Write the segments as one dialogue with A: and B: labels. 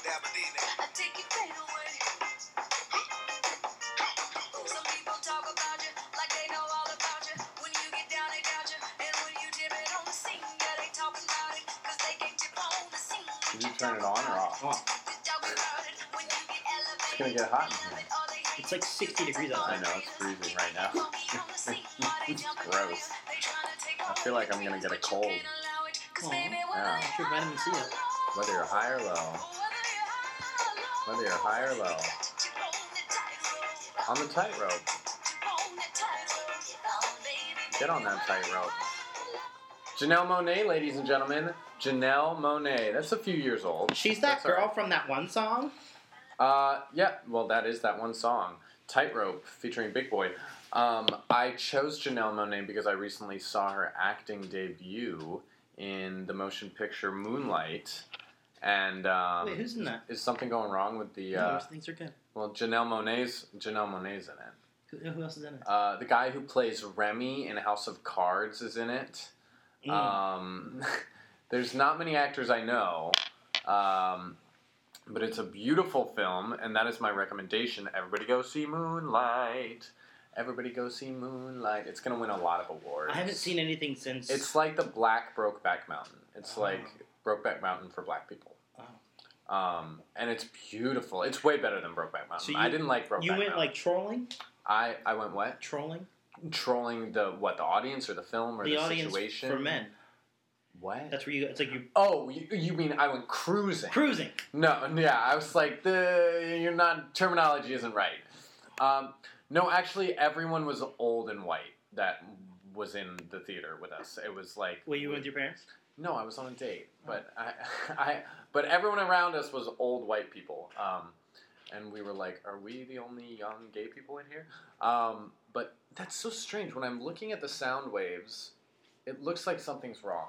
A: I take it pain away. Some people talk about you like they know all about you. When you get down, they doubt you. And when you dip it on the scene, yeah, they talk about it. Cause they can't dip on the scene.
B: Did you turn it on or off?
C: Oh,
A: It's
B: gonna get hot in here.
C: It's like 60 degrees
B: I
C: outside.
B: know, it's freezing right now.
A: it's gross.
B: I feel like I'm gonna get a cold.
C: Aw.
A: Yeah.
C: Get your vitamin C up.
B: Whether you're high or low, whether you're high or low, on the tightrope. Get on that tightrope. Janelle Monet, ladies and gentlemen. Janelle Monet. That's a few years old.
C: She's that
B: That's all
C: girl
B: right.
C: from that one song.
B: Uh, yeah, well, that is that one song, Tightrope, featuring Big Boy. Um, I chose Janelle Monet because I recently saw her acting debut in the motion picture Moonlight. And um,
C: Wait, who's in that?
B: is something going wrong with the.
C: No,
B: Uh,
C: Oh, things are good.
B: well, Janelle Monet's, Janelle Monet's in it.
C: Who, who else is in it?
B: Uh, the guy who plays Remy in House of Cards is in it.
C: Mm.
B: Um, there's not many actors I know, um, but it's a beautiful film, and that is my recommendation. Everybody go see Moonlight. Everybody go see Moonlight. It's gonna win a lot of awards.
C: Mm. I haven't seen anything since.
B: It's like the Black Brokeback Mountain. It's
C: Oh.
B: like Brokeback Mountain for Black people.
C: Oh.
B: Um, and it's beautiful. It's way better than Brokeback Mountain.
C: So you-
B: I didn't like Brokeback
C: you went
B: Mountain.
C: like trolling,
B: I I went what
C: trolling
B: trolling the what the audience or the film or the,
C: the audience
B: situation
C: for men.
B: What?
C: That's where you. It's like you
B: Oh, you, you mean I went cruising?
C: cruising.
B: No, yeah, I was like, the you're not terminology isn't right. Um, no, actually, everyone was old and white that was in the theater with us. It was like,
C: Were you with your parents?
B: no, I was on a date, but I, I, but everyone around us was old white people. Um, and we were like, are we the only young gay people in here? Um, but that's so strange. When I'm looking at the sound waves, it looks like something's wrong.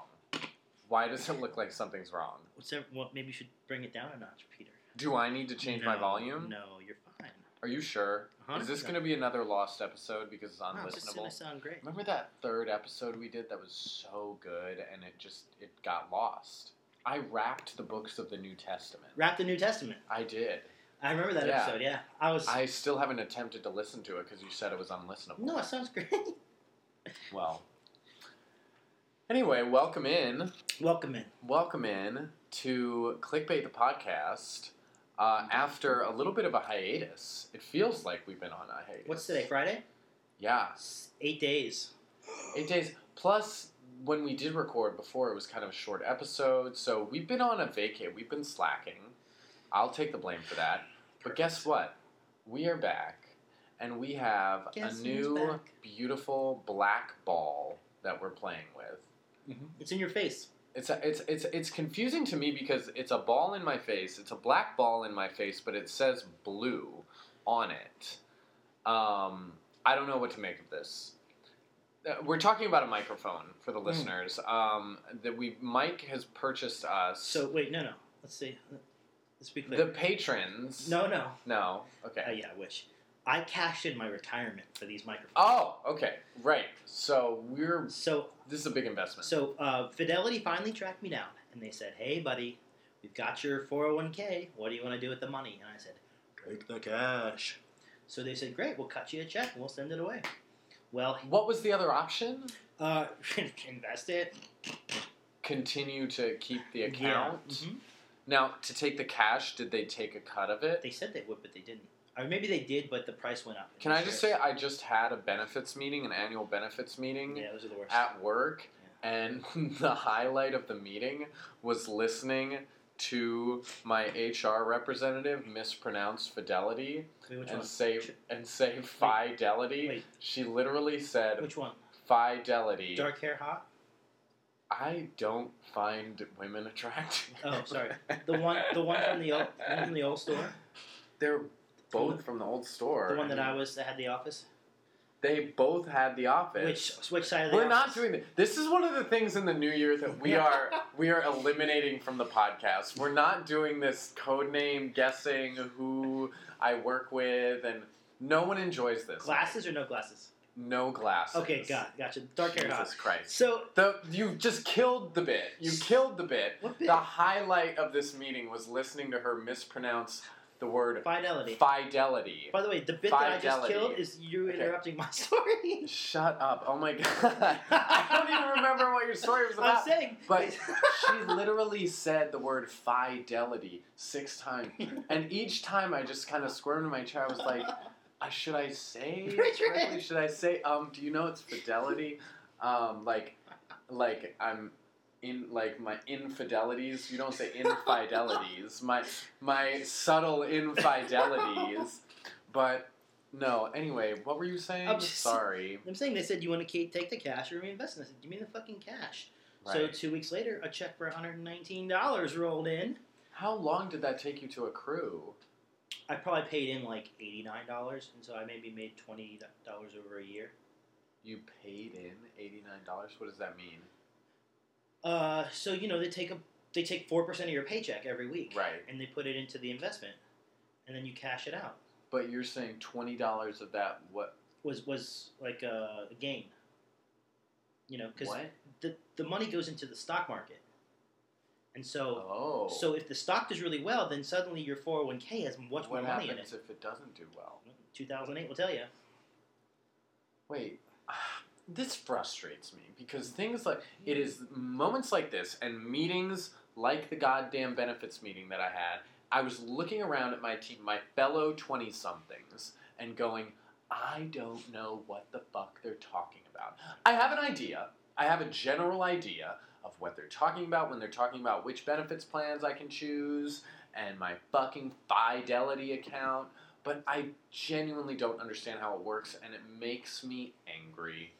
B: Why does it look like something's wrong?
C: What's that, well, maybe you should bring it down a notch, Peter.
B: Do I need to change my
C: No,
B: volume?
C: No, you're fine.
B: Are you sure? Is this
C: 100%.
B: going to be another lost episode because it's
C: No, it's just
B: unlistenable?
C: gonna sound great.
B: Remember that third episode we did that was so good and it just it got lost. I wrapped the books of the New Testament.
C: Wrap the New Testament.
B: I did.
C: I remember that
B: Yeah.
C: episode. Yeah, I was.
B: I still haven't attempted to listen to it because you said it was unlistenable.
C: no, it sounds great.
B: Well. Anyway, welcome in.
C: Welcome in.
B: Welcome in to Clickbait the podcast. Uh, after a little bit of a hiatus, it feels like we've been on a hiatus.
C: What's today? Friday.
B: Yeah,
C: It's eight days.
B: Eight days. Plus, when we did record before, it was kind of a short episode. So we've been on a vacay. We've been slacking. I'll take the blame for that. But guess what? We are back, and we have
C: Guess
B: a
C: who's
B: new
C: back?
B: beautiful black ball that we're playing with.
C: It's in your face.
B: It's a, it's it's it's confusing to me because it's a ball in my face. It's a black ball in my face, but it says blue on it. Um, I don't know what to make of this. Uh, We're talking about a microphone for
C: Hmm.
B: the listeners. Um, that we Mike has purchased us.
C: So wait, no, no. Let's see. Let's be
B: the
C: clear.
B: patrons.
C: no, no.
B: No. Okay.
C: Uh, yeah, I wish. I cashed in my retirement for these microphones.
B: Oh, okay. Right. So we're
C: So
B: this is a big investment.
C: So uh, Fidelity finally tracked me down, and they said, "Hey, buddy, we've got your 401k. What do you want to do with the money?" And I said, "Take the cash." So they said, "Great, we'll cut you a check and we'll send it away." Well,
B: what was the other option?
C: uh, invest it.
B: Continue to keep the
C: Yeah.
B: account.
C: Mhm.
B: Now, to take the cash, did they take a cut of it?
C: They said they would, but they didn't. Or maybe they did, but the price went up.
B: Can I just say I just had a benefits meeting, an annual benefits meeting
C: Yeah, those are the worst.
B: at work, and the highlight of the meeting was listening to my HR representative mispronounce fidelity
C: Wait, which
B: and
C: one?
B: say
C: Ch-
B: and say fidelity.
C: Wait,
B: She literally said
C: which one?
B: fidelity.
C: Dark hair, hot.
B: I don't find women attractive.
C: Oh, sorry. The one, the one from the old, the one from the old store.
B: They're both from the old store.
C: The one that I
B: mean,
C: was that had the office.
B: They both had the office.
C: Which which side of the
B: We're
C: office?
B: not doing this. This is one of the things in the new year that we are we are eliminating from the podcast. We're not doing this code name guessing who I work with, and no one enjoys this.
C: Glasses or no glasses?
B: no glasses.
C: Okay, got gotcha. Dark hair, huh?
B: Jesus Christ.
C: So
B: The, you just killed the bit. You killed the bit.
C: what bit?
B: The highlight of this meeting was listening to her mispronounce the word
C: Fidelity.
B: fidelity.
C: By the way, the bit that I just
B: Fidelity.
C: killed is you
B: Okay.
C: interrupting my story.
B: Shut up. Oh my god. I don't even remember what your story was
C: I'm
B: about.
C: saying,
B: But she literally said the word fidelity six times. And each time I just kind of squirmed in my chair. I was like, I, should I say? it
C: Richard!
B: correctly? Should I say, um, do you know it's fidelity? Um, like, like I'm in like my infidelities. You don't say infidelities. my my subtle infidelities. But no. Anyway, what were you saying?
C: I'm just-
B: Sorry.
C: I'm saying they said you want to ke- take the cash or reinvest it. I said, give me the fucking cash. So
B: Right.
C: two weeks later, a check for $119 rolled in.
B: How long did that take you to accrue?
C: I probably paid in like $89, and so I maybe made $20 over a year.
B: You paid in eighty nine dollars. What does that mean?
C: Uh, so you know they take a they take four percent of your paycheck every week,
B: Right.
C: And they put it into the investment, and then you cash it out.
B: But you're saying twenty dollars of that. What?
C: Was was like a, a gain, you know, because
B: What?
C: the the money goes into the stock market, and so
B: Oh.
C: so if the stock does really well, then suddenly your four hundred one k has much
B: what
C: more money in
B: happens
C: it.
B: if it doesn't do well?
C: Two thousand eight will tell you.
B: Wait. This frustrates me because things like it is moments like this and meetings like the goddamn benefits meeting that I had. I was looking around at my team, my fellow twenty somethings, and going, I don't know what the fuck they're talking about. I have an idea. I have a general idea of what they're talking about when they're talking about which benefits plans I can choose and my fucking fidelity account, but I genuinely don't understand how it works and it makes me angry.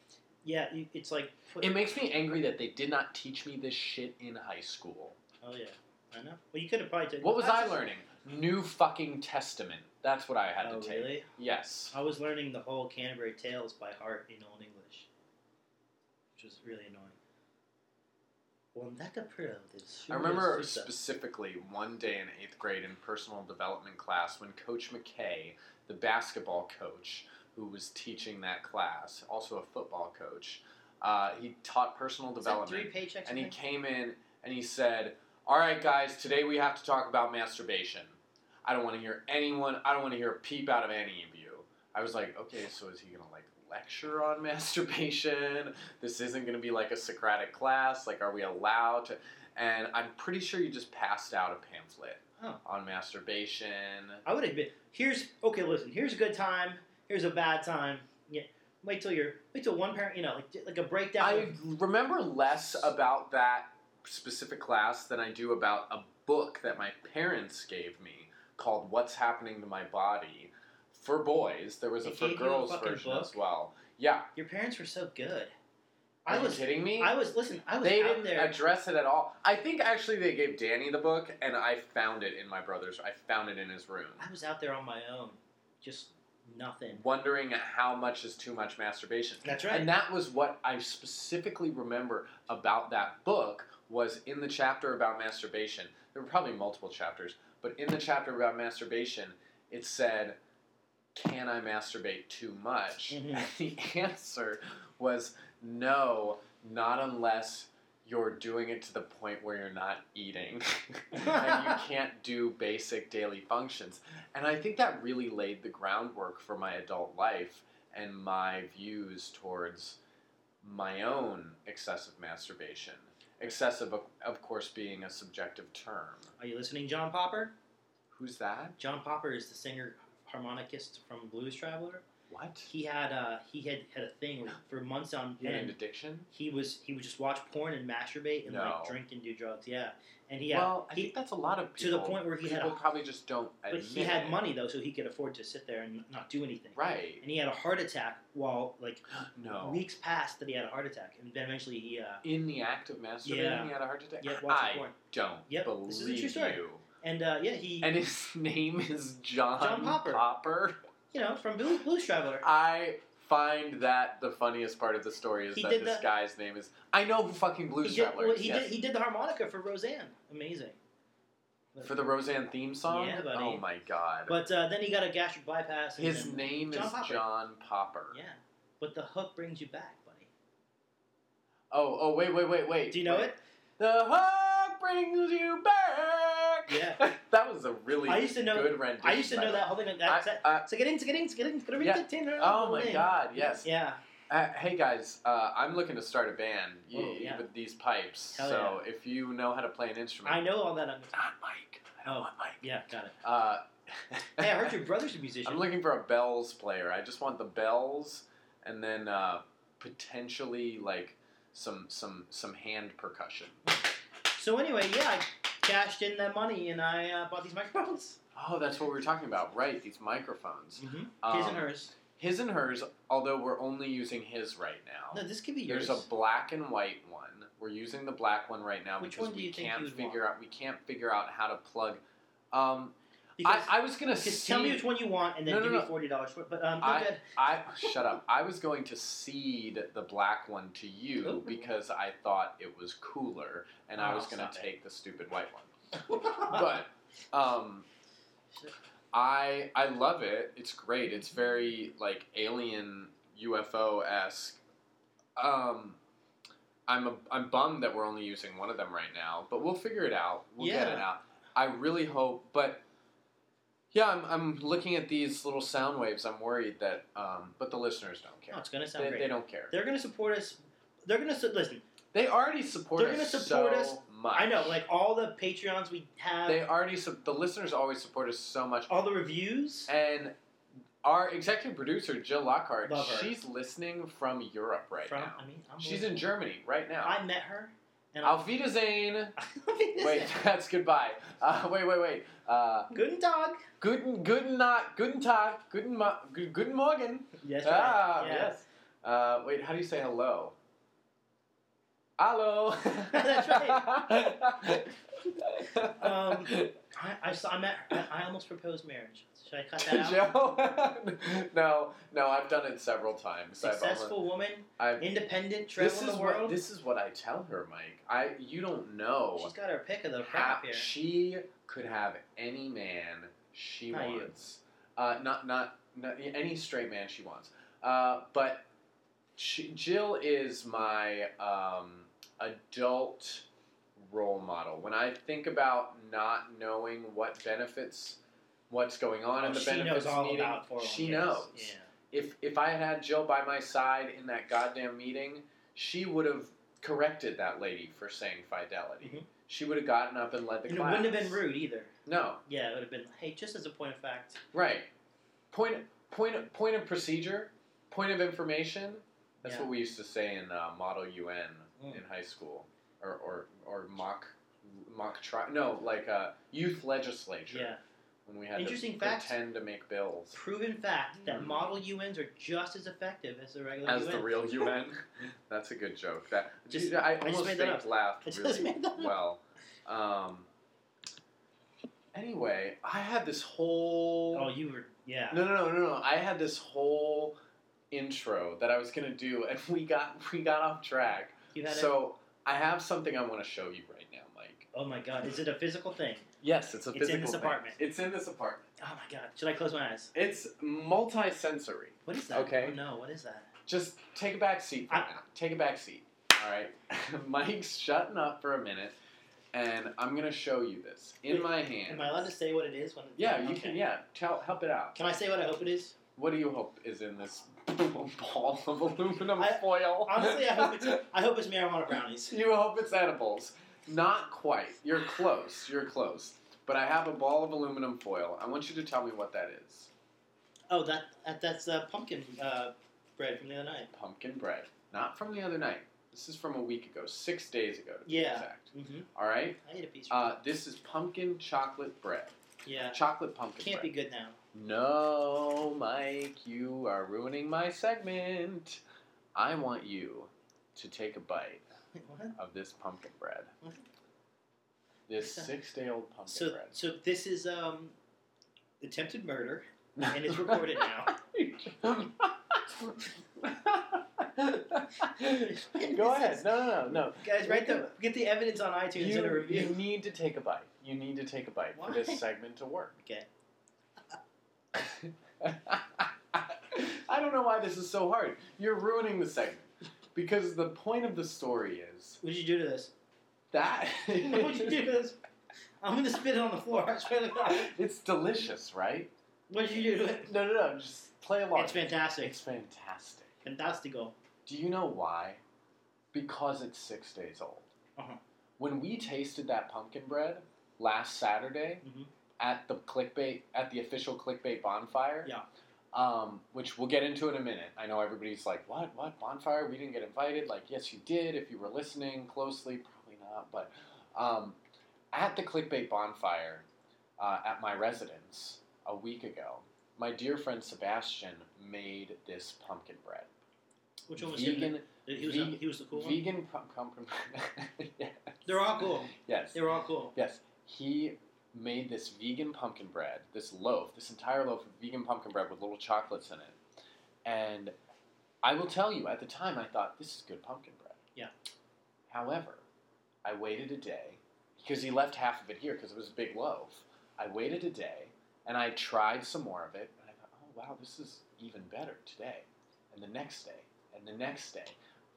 C: Yeah, you- it's like
B: It makes me angry that they did not teach me this shit in high school.
C: oh yeah, I know. Well, you could have probably taken.
B: What was I
C: classes.
B: learning? New fucking Testament. That's what I had
C: Oh
B: to take.
C: really?
B: Yes.
C: I was learning the whole Canterbury Tales by heart in Old English, which was really annoying. Well, that got pretty old, it's
B: I remember
C: just, uh,
B: specifically one day in eighth grade in personal development class when Coach McKay, the basketball coach who was teaching that class, also a football coach, uh, he taught personal
C: is that
B: development.
C: three paychecks.
B: And he
C: I think?
B: came in and he said, All right, guys, today we have to talk about masturbation. I don't want to hear anyone, I don't want to hear a peep out of any of you. I was like, Okay, so is he going to like lecture on masturbation? This isn't going to be like a Socratic class. Like, are we allowed to? And I'm pretty sure you just passed out a pamphlet
C: Oh.
B: on masturbation.
C: I would admit. Here's okay. Listen. Here's a good time. Here's a bad time. Yeah. Wait till you're. Wait till one parent. You know, like like a breakdown.
B: I
C: of-
B: remember less about that specific class than I do about a book that my parents gave me called What's Happening to My Body for boys. There was a
C: They
B: for
C: gave you a
B: girls
C: fucking
B: version
C: book?
B: as well. Yeah.
C: your parents were so good.
B: Are
C: I
B: you
C: was.
B: kidding me?
C: I was. Listen. I was
B: they
C: out
B: didn't
C: there.
B: address it at all. I think actually they gave Danny the book and I found it in my brother's I found it in his room.
C: I was out there on my own. Just nothing.
B: Wondering how much is too much masturbation.
C: That's right.
B: And that was what I specifically remember about that book was in the chapter about masturbation. There were probably multiple chapters, but in the chapter about masturbation, it said, "Can I masturbate too much?"
C: Mhm.
B: And the answer was no, not unless you're doing it to the point where you're not eating and you can't do basic daily functions. And I think that really laid the groundwork for my adult life and my views towards my own excessive masturbation. Excessive, of, of course, being a subjective term.
C: Are you listening, John Popper?
B: Who's that?
C: John Popper is the singer harmonicist from Blues Traveler.
B: What?
C: He had uh, he had had a thing where for months on
B: You had an
C: end.
B: addiction?
C: He was he would just watch porn and masturbate and
B: No.
C: like drink and do drugs. Yeah, and he had
B: well, I
C: he-
B: think that's a lot of
C: to
B: people.
C: the point where he had
B: people
C: a-
B: probably just don't
C: but
B: admit
C: he had
B: it.
C: money though, so he could afford to sit there and not do anything.
B: Right.
C: And he had a heart attack while like
B: No.
C: weeks passed that he had a heart attack, and then eventually he uh,
B: in the act of masturbating,
C: Yeah.
B: he had a heart attack.
C: yeah watched
B: I
C: porn.
B: don't
C: Yep,
B: believe
C: this is a true story.
B: you.
C: And uh, yeah, he
B: And his name is John,
C: John Popper.
B: Popper.
C: you know from Blues, Blues Traveler.
B: I find that the funniest part of the story is
C: He
B: that
C: did
B: this
C: the-
B: guy's name is. I know who fucking Blues
C: he did,
B: Traveler
C: well,
B: is,
C: he
B: yes.
C: did he did the harmonica for Roseanne. Amazing.
B: For the Roseanne theme song?
C: Yeah, buddy.
B: Oh my god.
C: But uh, then he got a gastric bypass. And
B: his
C: then-
B: name
C: John
B: is
C: Popper.
B: John Popper.
C: Yeah. But the hook brings you back, buddy.
B: Oh, oh, wait, wait, wait, wait.
C: Do you know
B: wait.
C: it?
B: The hook brings you back.
C: Yeah.
B: that was a really
C: I used to know-
B: good rendition.
C: I used to
B: by
C: know
B: the way.
C: that whole thing. That, that,
B: I- I-
C: so get in, so get in, so get in, get in,
B: Yeah.
C: get in.
B: oh my god, yes.
C: Yeah.
B: Uh, hey guys, uh, I'm looking to start a band y-
C: Oh, yeah.
B: with these pipes.
C: Hell
B: so if you know how to play an instrument,
C: I know all that. I'm,
B: Not Mike. I don't
C: Oh.
B: want Mike.
C: yeah, got it.
B: Uh,
C: Hey, I heard your brother's a musician.
B: I'm looking for a bells player. I just want the bells, and then uh, potentially like some some some hand percussion.
C: So anyway, yeah, I cashed in that money and I uh, bought these microphones.
B: Oh, that's what we were talking about, right? These microphones.
C: Mm-hmm.
B: Um,
C: His and hers.
B: His and hers. Although we're only using his right now.
C: No, this could be yours.
B: There's a black and white one. We're using the black one right now
C: Which
B: because
C: one do
B: we
C: you think
B: can't
C: you would
B: figure out we can't figure out how to plug. Um, I,
C: because,
B: I was gonna
C: because
B: see.
C: tell me which one you want and then
B: No, no,
C: give
B: no.
C: me forty dollars for it. But um,
B: I-
C: okay.
B: I shut up. I was going to cede the black one to you
C: Ooh.
B: because I thought it was cooler, and I
C: Oh,
B: was going to
C: stop it.
B: take the stupid white one. But um,
C: Shit.
B: I I love it. It's great. It's very like alien UFO esque. Um, I'm a, I'm bummed that we're only using one of them right now, but we'll figure it out. We'll get
C: Yeah.
B: it out. I really hope, but yeah, I'm, I'm looking at these little sound waves. I'm worried that, um, but the listeners don't
C: No,
B: care.
C: it's gonna Oh, sound
B: They,
C: great.
B: they don't care.
C: They're gonna support us. They're gonna su- listen.
B: They already support
C: They're gonna
B: us
C: support
B: so
C: us.
B: much.
C: I know, like all the Patreons we have,
B: they already su- the listeners always support us so much.
C: all the reviews.
B: And our executive producer Jill Lockhart,
C: Love her.
B: she's listening from Europe right
C: from
B: now.
C: I mean, I'm
B: She's in Germany right now.
C: I met her, and
B: Auf Wiedersehen. Wait, that's goodbye. Uh, wait, wait, wait. Uh,
C: Guten Tag.
B: guten, guten Nacht, guten Tag, guten, ma- gu- guten Morgen.
C: Yes.
B: ah,
C: right. Yeah.
B: yes. Uh, wait, how do you say hello? Hello.
C: That's
B: right.
C: Um, I, I, saw, I met. Her. I, I almost proposed marriage. Should I cut that out?
B: Joe. no, no, I've done it several times.
C: Successful woman,
B: I've, almo- I've
C: independent,
B: this
C: traveling
B: is
C: the
B: what
C: world.
B: this is what I tell her, Mike. I you don't
C: She's
B: know.
C: got her pick of the
B: how-
C: crap here.
B: she could have any man she
C: Not you.
B: wants. Uh, not, not not any straight man she wants. Uh, but she, Jill is my um, adult role model. When I think about not knowing what benefits, what's going on,
C: Oh,
B: and the
C: she
B: benefits
C: knows all
B: needing,
C: about 401ks.
B: she knows.
C: Yeah.
B: If if I had had Jill by my side in that goddamn meeting, she would have corrected that lady for saying fidelity.
C: Mhm.
B: She would have gotten up and led the
C: And it
B: class.
C: wouldn't have been rude either.
B: No,
C: Yeah, it would have been. Hey, just as a point of fact,
B: Right. Point point point of procedure, point of information. That's
C: Yeah.
B: what we used to say in uh, Model UN
C: Mm.
B: in high school, or or, or mock mock tri No, like uh, youth legislature.
C: yeah.
B: When we had
C: Interesting
B: to
C: fact.
B: pretend to make bills
C: Proven fact that
B: Hmm.
C: model UNs are just as effective as the regular
B: as
C: UN.
B: the real UN. That's a good joke. That
C: Just-
B: dude, I
C: just
B: almost
C: made that
B: think
C: up.
B: laughed
C: I just
B: really
C: made that up.
B: well. Um, anyway, I had this whole
C: oh, you were. Yeah.
B: No, no, no, no, no. I had this whole intro that I was gonna do, and we got we got off track.
C: You had it.
B: So I have something I want to show you right now, Mike.
C: Oh my God! Is it a physical thing?
B: Yes, it's a
C: It's in
B: physical.
C: this
B: thing.
C: apartment.
B: It's in this apartment.
C: Oh my God! Should I close my eyes?
B: It's multi-sensory.
C: What is that?
B: Okay.
C: Oh no! What is that?
B: Just take a back seat for a
C: I-
B: minute. Take a back seat. All right. Mike's shutting up for a minute, and I'm gonna show you this in
C: Wait,
B: my hand.
C: Am I allowed to say what it is? When
B: yeah, you
C: Okay.
B: can. Yeah, tell, help it out.
C: Can I say what I hope it is?
B: What do you hope is in this ball of aluminum
C: I-
B: foil?
C: Honestly, I hope it's I hope it's marijuana brownies.
B: You hope it's edibles. Not quite. You're close. You're close. But I have a ball of aluminum foil. I want you to tell me what that is.
C: Oh, that, that that's uh, pumpkin uh, bread from the other night.
B: Pumpkin bread. Not from the other night. This is from a week ago, six days ago to be
C: Yeah.
B: exact.
C: Mm-hmm.
B: All right.
C: I ate a piece.
B: Uh, this is pumpkin chocolate bread. Uh,
C: yeah,
B: Chocolate pumpkin
C: can't be
B: bread.
C: good now.
B: No, Mike, you are ruining my segment. I want you to take a bite
C: Wait, what?
B: of this pumpkin bread.
C: What?
B: This six-day-old pumpkin
C: So
B: bread.
C: so this is um attempted murder, and it's recorded now.
B: Go ahead. No, no, no, no.
C: Guys, write the get the evidence on iTunes and a
B: You,
C: review.
B: you need to take a bite. You need to take a bite for
C: Why?
B: this segment to work.
C: Okay.
B: I don't know why this is so hard. You're ruining the segment because the point of the story is
C: What'd you do to this?
B: that
C: What'd you do to this? I'm gonna spit it on the floor. I swear to God.
B: it's delicious, right?
C: What'd you do to it?
B: No, no, no. Just play along.
C: It's fantastic.
B: It's fantastic.
C: Fantastico.
B: Do you know why? Because it's six days old.
C: Uh-huh.
B: When we tasted that pumpkin bread last Saturday
C: Mhm.
B: at the clickbait at the official clickbait bonfire,
C: Yeah.
B: um, which we'll get into in a minute. I know everybody's like, "What? What bonfire? We didn't get invited." Like, yes, you did. If you were listening closely, probably not. But um, at the clickbait bonfire uh, at my residence a week ago, my dear friend Sebastian made this pumpkin bread.
C: Which one was him?
B: vegan?
C: He was,
B: ve-
C: he was the cool one.
B: vegan pu- pumpkin. yes.
C: They're all cool.
B: Yes.
C: They were all cool.
B: Yes. He made this vegan pumpkin bread, this loaf, this entire loaf of vegan pumpkin bread with little chocolates in it. And I will tell you, at the time, I thought this is good pumpkin bread.
C: Yeah.
B: However, I waited a day because he left half of it here because it was a big loaf. I waited a day and I tried some more of it, and I thought, oh wow, this is even better today, and the next day, and the next day.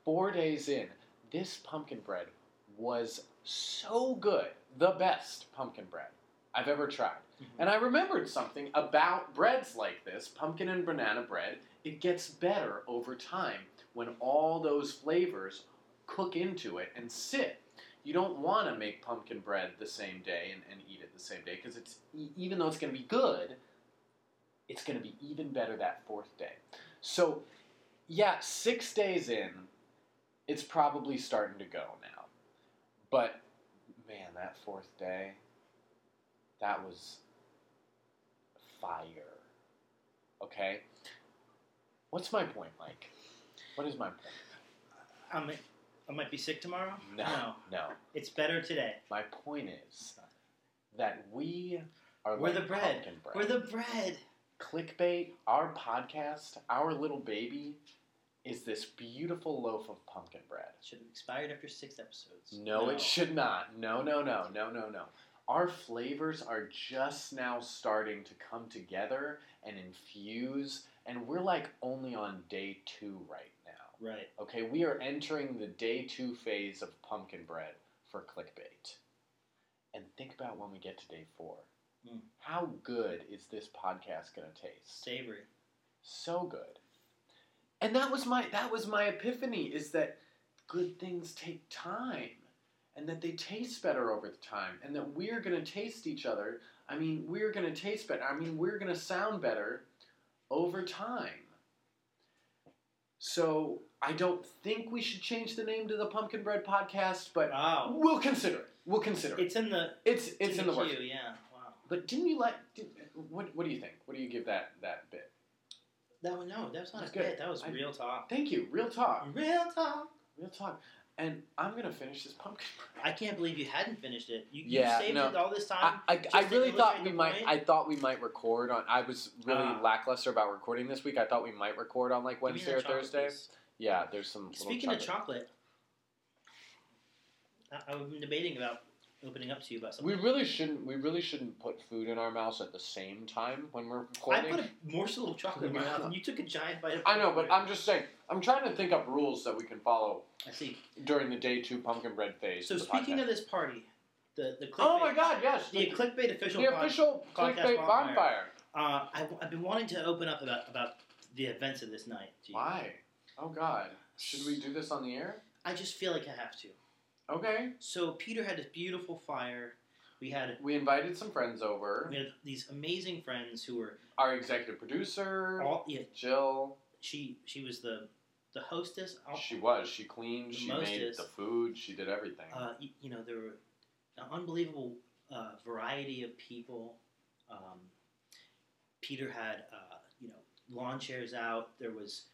B: Four days in, this pumpkin bread was so good, the best pumpkin bread I've ever tried.
C: Mhm.
B: And I remembered something about breads like this, pumpkin and banana bread. It gets better over time when all those flavors cook into it and sit. You don't want to make pumpkin bread the same day and, and eat it the same day because it's e- even though it's going to be good, it's going to be even better that fourth day. So, yeah, six days in, it's probably starting to go now. But man, that fourth day, that was fire. Okay? What's my point, Mike? What is my point?
C: I might, I might be sick tomorrow. No.
B: No.
C: It's better today.
B: My point is that we are
C: We're
B: like
C: the bread.
B: pumpkin bread.
C: We're the bread.
B: clickbait. Our podcast, our little baby, is this beautiful loaf of pumpkin bread.
C: Should have expired after six episodes.
B: No, it should not. No, no, no, no, no, no. Our flavors are just now starting to come together and infuse, and we're like only on day two right now.
C: Right.
B: Okay, we are entering the day two phase of pumpkin bread for clickbait. And think about when we get to day four.
C: Mm.
B: How good is this podcast going to taste?
C: Savory.
B: so good and that was my that was my epiphany is that good things take time and that they taste better over the time and that we're going to taste each other i mean we're going to taste better i mean we're going to sound better over time so i don't think we should change the name to the pumpkin bread podcast but
C: Wow.
B: we'll consider it we'll consider it
C: It's in the.
B: it's it's, in the works
C: queue. Yeah. Wow.
B: but didn't you like did, what, what do you think what do you give that that bit
C: That one. No, that was not
B: That's
C: a bit.
B: good.
C: That was
B: I-
C: real talk.
B: thank you real talk
C: Real talk.
B: Real talk. And I'm gonna finish this pumpkin.
C: I can't believe you hadn't finished it. You,
B: Yeah,
C: you saved
B: no.
C: it all this
B: I,
C: time.
B: I,
C: just
B: I
C: to
B: really thought
C: illustrate
B: we
C: the
B: might.
C: point?
B: I thought we might record on. I was really
C: Ah.
B: lackluster about recording this week. I thought we might record on like
C: Give me
B: Wednesday
C: that
B: or
C: chocolate,
B: Thursday.
C: please.
B: Yeah, there's some. little
C: Speaking of
B: chocolate.
C: chocolate, I, I've been debating about opening up to you about
B: we
C: something.
B: really shouldn't. We really shouldn't put food in our mouths at the same time when we're recording.
C: I put a morsel of chocolate in my mouth, and you took a giant bite. of
B: I know, but I'm just saying. I'm trying to think up rules that we can follow
C: I see.
B: during the day two pumpkin bread phase.
C: So
B: of the
C: speaking
B: podcast.
C: of this party, the the clickbait,
B: oh my God, yes,
C: the
B: the,
C: clickbait official,
B: the
C: pod-
B: official
C: podcast
B: clickbait
C: bonfire.
B: bonfire.
C: uh, I, have been wanting to open up about about the events of this night. to you.
B: Why? Oh God, should we do this on the air?
C: I just feel like I have to.
B: Okay.
C: So Peter had this beautiful fire. We had
B: We invited some friends over.
C: we had these amazing friends who were
B: Our executive producer,
C: all. Yeah,
B: Jill.
C: she she was the the hostess. I'll-
B: She was. She cleaned.
C: Oh. The
B: She
C: most
B: made
C: is-
B: the food. She did everything.
C: uh, you, you know, there were an unbelievable uh, variety of people. Um, Peter had, uh, you know, lawn chairs out. There was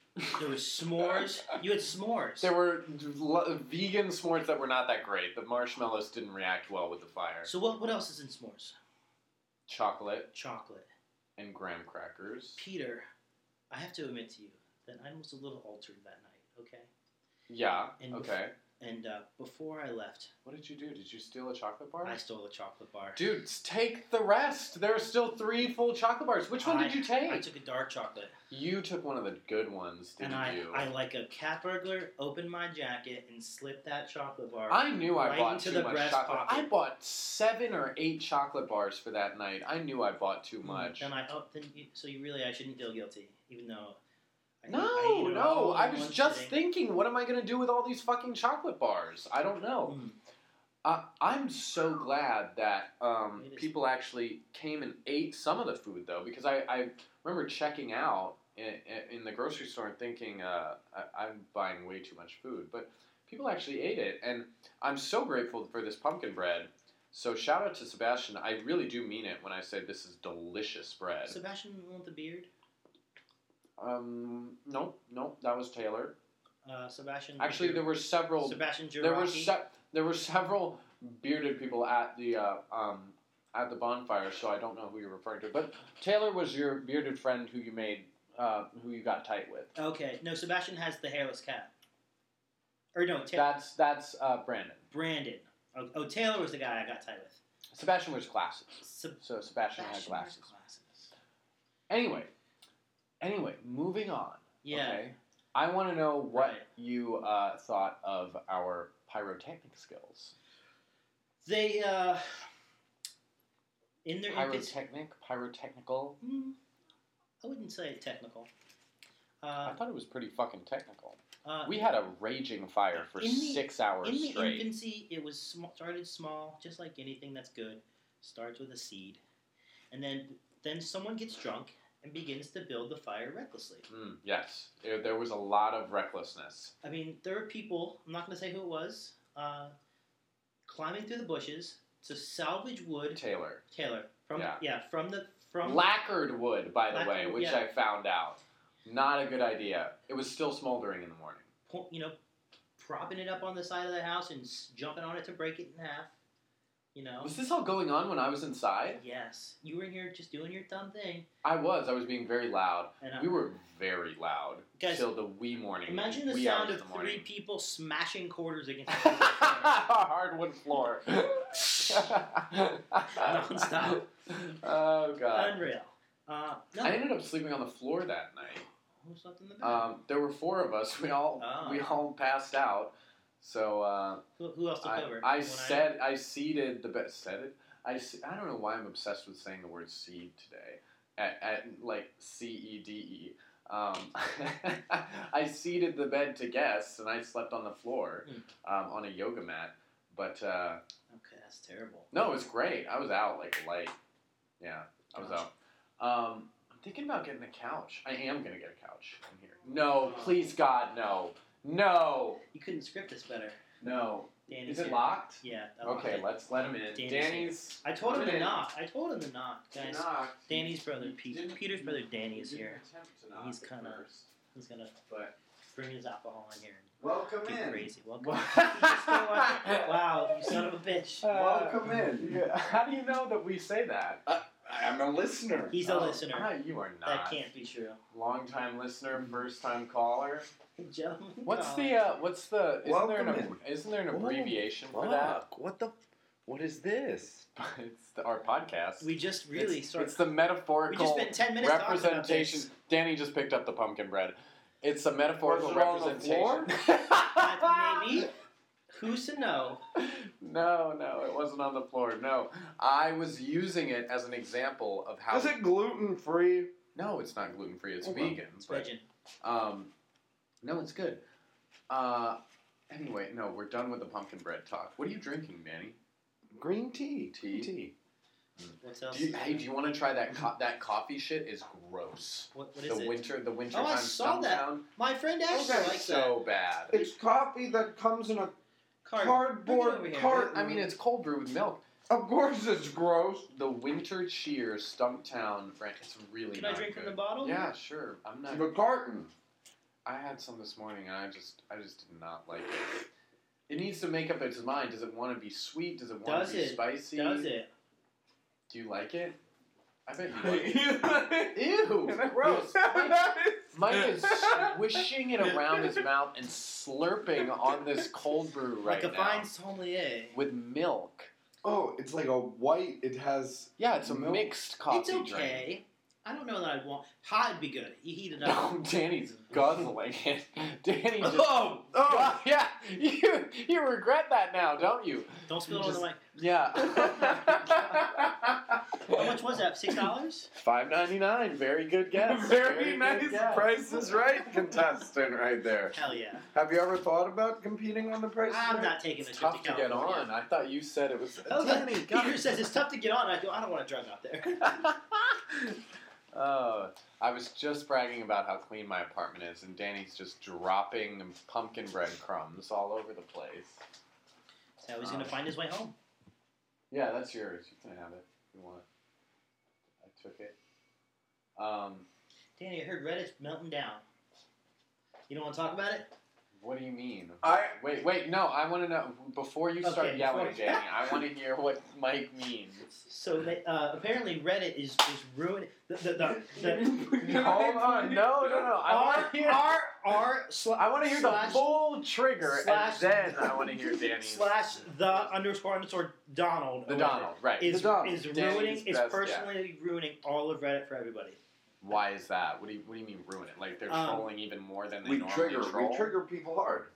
C: there was s'mores. You had s'mores.
B: there were lo- vegan s'mores that were not that great. The marshmallows didn't react well with the fire.
C: so what what else is in s'mores?
B: Chocolate
C: Chocolate.
B: and graham crackers.
C: Peter, I have to admit to you that I was a little altered that night. Okay.
B: Yeah.
C: And
B: Okay.
C: And uh, before I left,
B: What did you do? Did you steal a chocolate bar?
C: I stole a chocolate bar.
B: Dude, s- take the rest. There are still three full chocolate bars. Which one
C: I-
B: did you take?
C: I took a dark chocolate,
B: you took one of the good ones, didn't
C: and I,
B: you?
C: I like a cat burglar, opened my jacket and slipped that chocolate bar.
B: I knew I
C: Right
B: bought
C: into
B: too
C: the
B: much
C: breast
B: chocolate.
C: pocket.
B: I bought seven or eight chocolate bars for that night. I knew I bought too much.
C: And I oh then you, so you really I shouldn't feel guilty, even though. I
B: No,
C: I ate it all
B: no.
C: in
B: I was
C: one
B: just
C: sitting.
B: thinking, what am I going to do with all these fucking chocolate bars? I don't know.
C: Mm.
B: I, I'm so glad that um,
C: It is-
B: people actually came and ate some of the food, though, because I, I remember checking out in, in the grocery store and thinking, uh, I, I'm buying way too much food. But people actually ate it, and I'm so grateful for this pumpkin bread. So shout out to Sebastian. I really do mean it when I say this is delicious bread.
C: Sebastian want the beard.
B: Um, no, no, that was Taylor.
C: Uh, Sebastian.
B: Actually, there were several.
C: Sebastian Juraki.
B: There were se- there were several bearded people at the uh, um, at the bonfire, so I don't know who you're referring to. But Taylor was your bearded friend who you made, uh, who you got tight with.
C: okay, no, Sebastian has the hairless cat. Or no, Ta-
B: That's that's uh, Brandon.
C: Brandon. Oh, oh, Taylor was the guy I got tied with.
B: Sebastian wears glasses,
C: Seb-
B: so Sebastian, had
C: Sebastian has
B: glasses. Anyway, anyway, moving on.
C: Yeah.
B: Okay? I want to know what
C: Right.
B: you uh, thought of our pyrotechnic skills.
C: They uh, in their infancy.
B: Pyrotechnic, pyrotechnical.
C: Mm, I wouldn't say technical.
B: I
C: Uh,
B: thought it was pretty fucking technical.
C: uh,
B: We had a raging fire for
C: In the-
B: six hours
C: in the
B: straight.
C: infancy, it was sm- started small, just like anything that's good starts with a seed, and then then someone gets drunk and begins to build the fire recklessly.
B: Mm, yes, There- there was a lot of recklessness.
C: I mean, there were people. I'm not going to say who it was. Uh, climbing through the bushes to salvage wood.
B: Taylor
C: Taylor from yeah,
B: Yeah.
C: from the from
B: lacquered wood, by the way,
C: Lacquered,
B: which
C: yeah.
B: I found out not a good idea. It was still smoldering in the morning.
C: po- you know propping it up on the side of the house and s- jumping on it to break it in half. You know.
B: Was this all going on when I was inside?
C: Yes, you were in here just doing your dumb thing,
B: I was. I was being very loud.
C: and I,
B: We were very loud
C: Guys,
B: till the wee morning.
C: Imagine the
B: wee
C: sound
B: hours
C: of
B: the
C: three
B: morning.
C: people smashing quarters against the
B: hardwood floor.
C: nonstop.
B: Oh god.
C: Unreal. Uh, no,
B: I ended up sleeping on the floor that night.
C: who slept in the bed?
B: Um, there were four of us. We all
C: Oh.
B: we all passed out. So uh,
C: who, who else took
B: I,
C: over?
B: I
C: When
B: said I seeded the best. Said it. I, se- I don't know why I'm obsessed with saying the word seed today. At, at like C E D E. Um, I seeded the bed to guests, and I slept on the floor
C: Mm.
B: um, on a yoga mat. But uh,
C: Okay, that's terrible.
B: no, it was great. I was out like a light. Yeah, I was
C: Gosh.
B: out. Um, I'm thinking about getting a couch. I am gonna get a couch in here. No, please God, no, no,
C: You couldn't script this better.
B: no.
C: Danny's
B: Is it
C: here.
B: locked?
C: Yeah. I locked
B: Okay,
C: it.
B: let's let him in.
C: Danny's
B: Danny's.
C: I told him
B: Come
C: to
B: in.
C: knock. I told him to knock, guys.
B: knocked.
C: Danny's brother,
B: You
C: Pete.
B: didn't-
C: Peter's brother, Danny, is
B: you didn't
C: here.
B: attempt to knock
C: He's
B: at
C: kinda-
B: first,
C: He's gonna
B: But
C: bring his alcohol in here
B: welcome
C: and get crazy. Welcome.
B: Welcome
C: wow, you son of a bitch.
B: in. Yeah, How do you know that we say that?
D: I'm a listener.
C: He's a
B: Oh,
C: listener.
B: ah, you are not.
C: That can't be true.
B: Long time listener, first time caller.
C: Joe.
B: What's the uh, what's the isn't there an
D: Welcome
B: isn't there an
D: Oh,
B: abbreviation for that?
D: Fuck, what the? What is this?
B: It's the, our podcast.
C: We just really
B: it's,
C: started.
B: it's the
C: We
B: metaphorical
C: just spent ten minutes talking about
B: representation.
C: this.
B: Danny just picked up the pumpkin bread. It's a metaphorical
D: Was it on the
B: representation.
D: floor?
C: Uh, maybe. Who's to know?
B: No, no, it wasn't on the floor. No, I was using it as an example of how.
D: Is it gluten free?
B: No, it's not gluten free. It's
D: Hold on.
B: vegan.
C: It's
B: but-
C: Regin.
B: Um, no, it's good. Uh, anyway, no, we're done with the pumpkin bread talk. What are you drinking, Danny?
D: Green tea.
B: Tea?
D: Tea.
C: What else?
B: Do you,
C: is
B: hey,
C: there?
B: do you want to try that? Co- that coffee shit is gross.
C: what, what
B: The
C: is it?
B: winter, the winter
C: Oh, I
B: time
C: saw that.
B: Stumptown
C: My friend Ashley
D: Okay,
B: is
C: likes that.
B: so bad.
D: It's coffee that comes in a
C: Card. bring it over
D: cardboard
C: here.
D: carton.
B: I mean, it's cold brew with milk.
D: of course it's gross.
B: The winter cheer Stumptown brand. It's really.
C: Can I
B: not
C: drink
B: good.
C: from the bottle?
B: Yeah, sure. I'm not.
D: The carton.
B: I had some this morning, and I just, I just did not like it. It needs to make up its mind. Does it want to be sweet? Does it want
C: Does
B: to be
C: it?
B: spicy?
C: Does it?
B: Do you like it? I bet you. Like it.
D: Ew.
B: Ew, gross. Mike, Mike is swishing it around his mouth and slurping on this cold brew right
C: like a
B: now
C: fine sommelier.
B: with milk.
D: oh, it's like a white. It has.
B: Yeah, it's a
D: Milk.
B: mixed coffee
C: it's okay. I don't know that I'd want. Hot'd be good. You heat it
B: drink. No,
C: up.
B: Danny's guzzling it. Danny just.
C: oh,
B: God, yeah, you you regret that now, don't you?
C: don't spill it on the mic.
B: Yeah.
C: How much was that? Six dollars?
B: Five ninety nine. Very good guess.
D: Very
B: good
D: nice
B: guess.
D: Price is Right contestant right there.
C: Hell yeah!
D: Have you ever thought about competing on the Price is
C: I'm
D: Right?
C: not taking a
B: It's
C: trip
B: tough to get
C: California.
B: on. I thought you said it was.
C: Oh,
B: Danny,
C: Peter
B: God.
C: says it's tough to get on. I go, I don't want to drive out there.
B: oh, I was just bragging about how clean my apartment is, and Danny's just dropping pumpkin bread crumbs all over the place.
C: That's how he's gonna find his way home.
B: Yeah, that's yours. You can have it if you want. I took it. Um,
C: Danny, I heard Reddit's melting down. You don't want to talk about it?
B: what do you mean?
D: I
B: Wait, wait, no, I want to know before you start
C: Okay,
B: yelling,
C: before-
B: Danny. I want to hear what Mike means.
C: So they- uh, apparently Reddit is is ruining the the, the, the
B: Hold on, no, no, no. I
C: R
B: want to hear.
C: R R sl-
B: I want to hear
C: slash-
B: the full trigger,
C: slash-
B: and then I want to hear Danny's
C: slash the underscore underscore Donald.
B: the
C: or
B: Donald, right?
C: whatever, Is,
D: The Donald.
C: is
B: Danny's
C: ruining is
B: best,
C: personally ruining all of Reddit for everybody.
B: Why is that? What do you What do you mean ruin it? Like they're
C: Um,
B: trolling even more than they
D: we
B: normally
D: trigger.
B: troll.
D: We trigger people hard.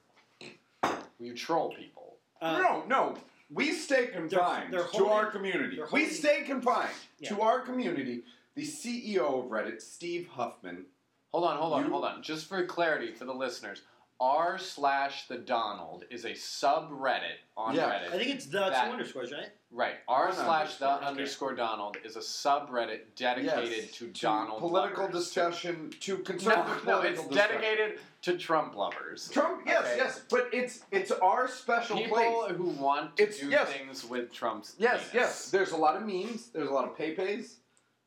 B: You troll people.
C: Uh,
D: no, no. We stay confined
C: they're
D: to
C: holding-
D: our community.
C: they're
D: We
C: holding-
D: stay confined
C: Yeah.
D: to our community. The CEO of Reddit, Steve Huffman.
B: Hold on, hold on,
D: You-
B: hold on. Just for clarity for the listeners, r slash the Donald is a subreddit on
D: Yeah.
B: Reddit.
C: I think it's the
B: That-
C: two underscores, right?
B: Right. R
D: One
B: slash the
D: underscore,
C: okay.
B: underscore Donald is a subreddit dedicated to
D: To
B: Donald.
D: Political
B: lovers.
D: discussion to conservative
B: No, no,
D: political
B: it's
D: discussion.
B: dedicated to Trump lovers.
D: Trump, yes,
B: Okay.
D: yes, but it's it's our special
B: People
D: place.
B: who want to
D: It's-
B: do
D: yes.
B: things with Trump's.
D: Yes,
B: penis.
D: yes. There's a lot of memes. There's a lot of pay-pays.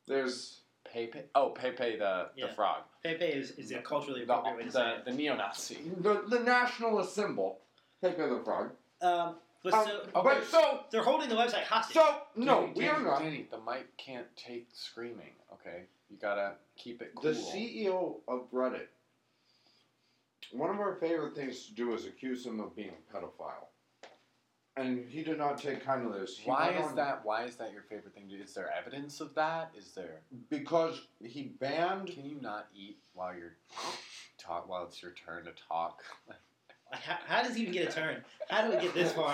D: There's
B: Pepe. Oh, Pepe the, the
C: Yeah.
B: frog.
C: Pepe is, is a culturally
B: The,
C: appropriate way to say
B: the, the neo Nazi.
D: the, the nationalist symbol. Pepe the Frog.
C: it. Um, but
D: Um,
C: so
B: okay.
D: But so
C: they're holding the website hostage.
D: so no, we are
B: Danny,
D: not.
B: Danny, the mic can't take screaming, okay? You gotta keep it cool.
D: The CEO of Reddit. One of our favorite things to do is accuse him of being a pedophile, and he did not take kindly to this. He
B: why
D: went
B: is
D: on-
B: that? Why is that your favorite thing? to do? Is there evidence of that? Is there?
D: Because he banned.
B: Can you not eat while you're talk while it's your turn to talk?
C: Like, how, how does he even get a turn? How do we get this far?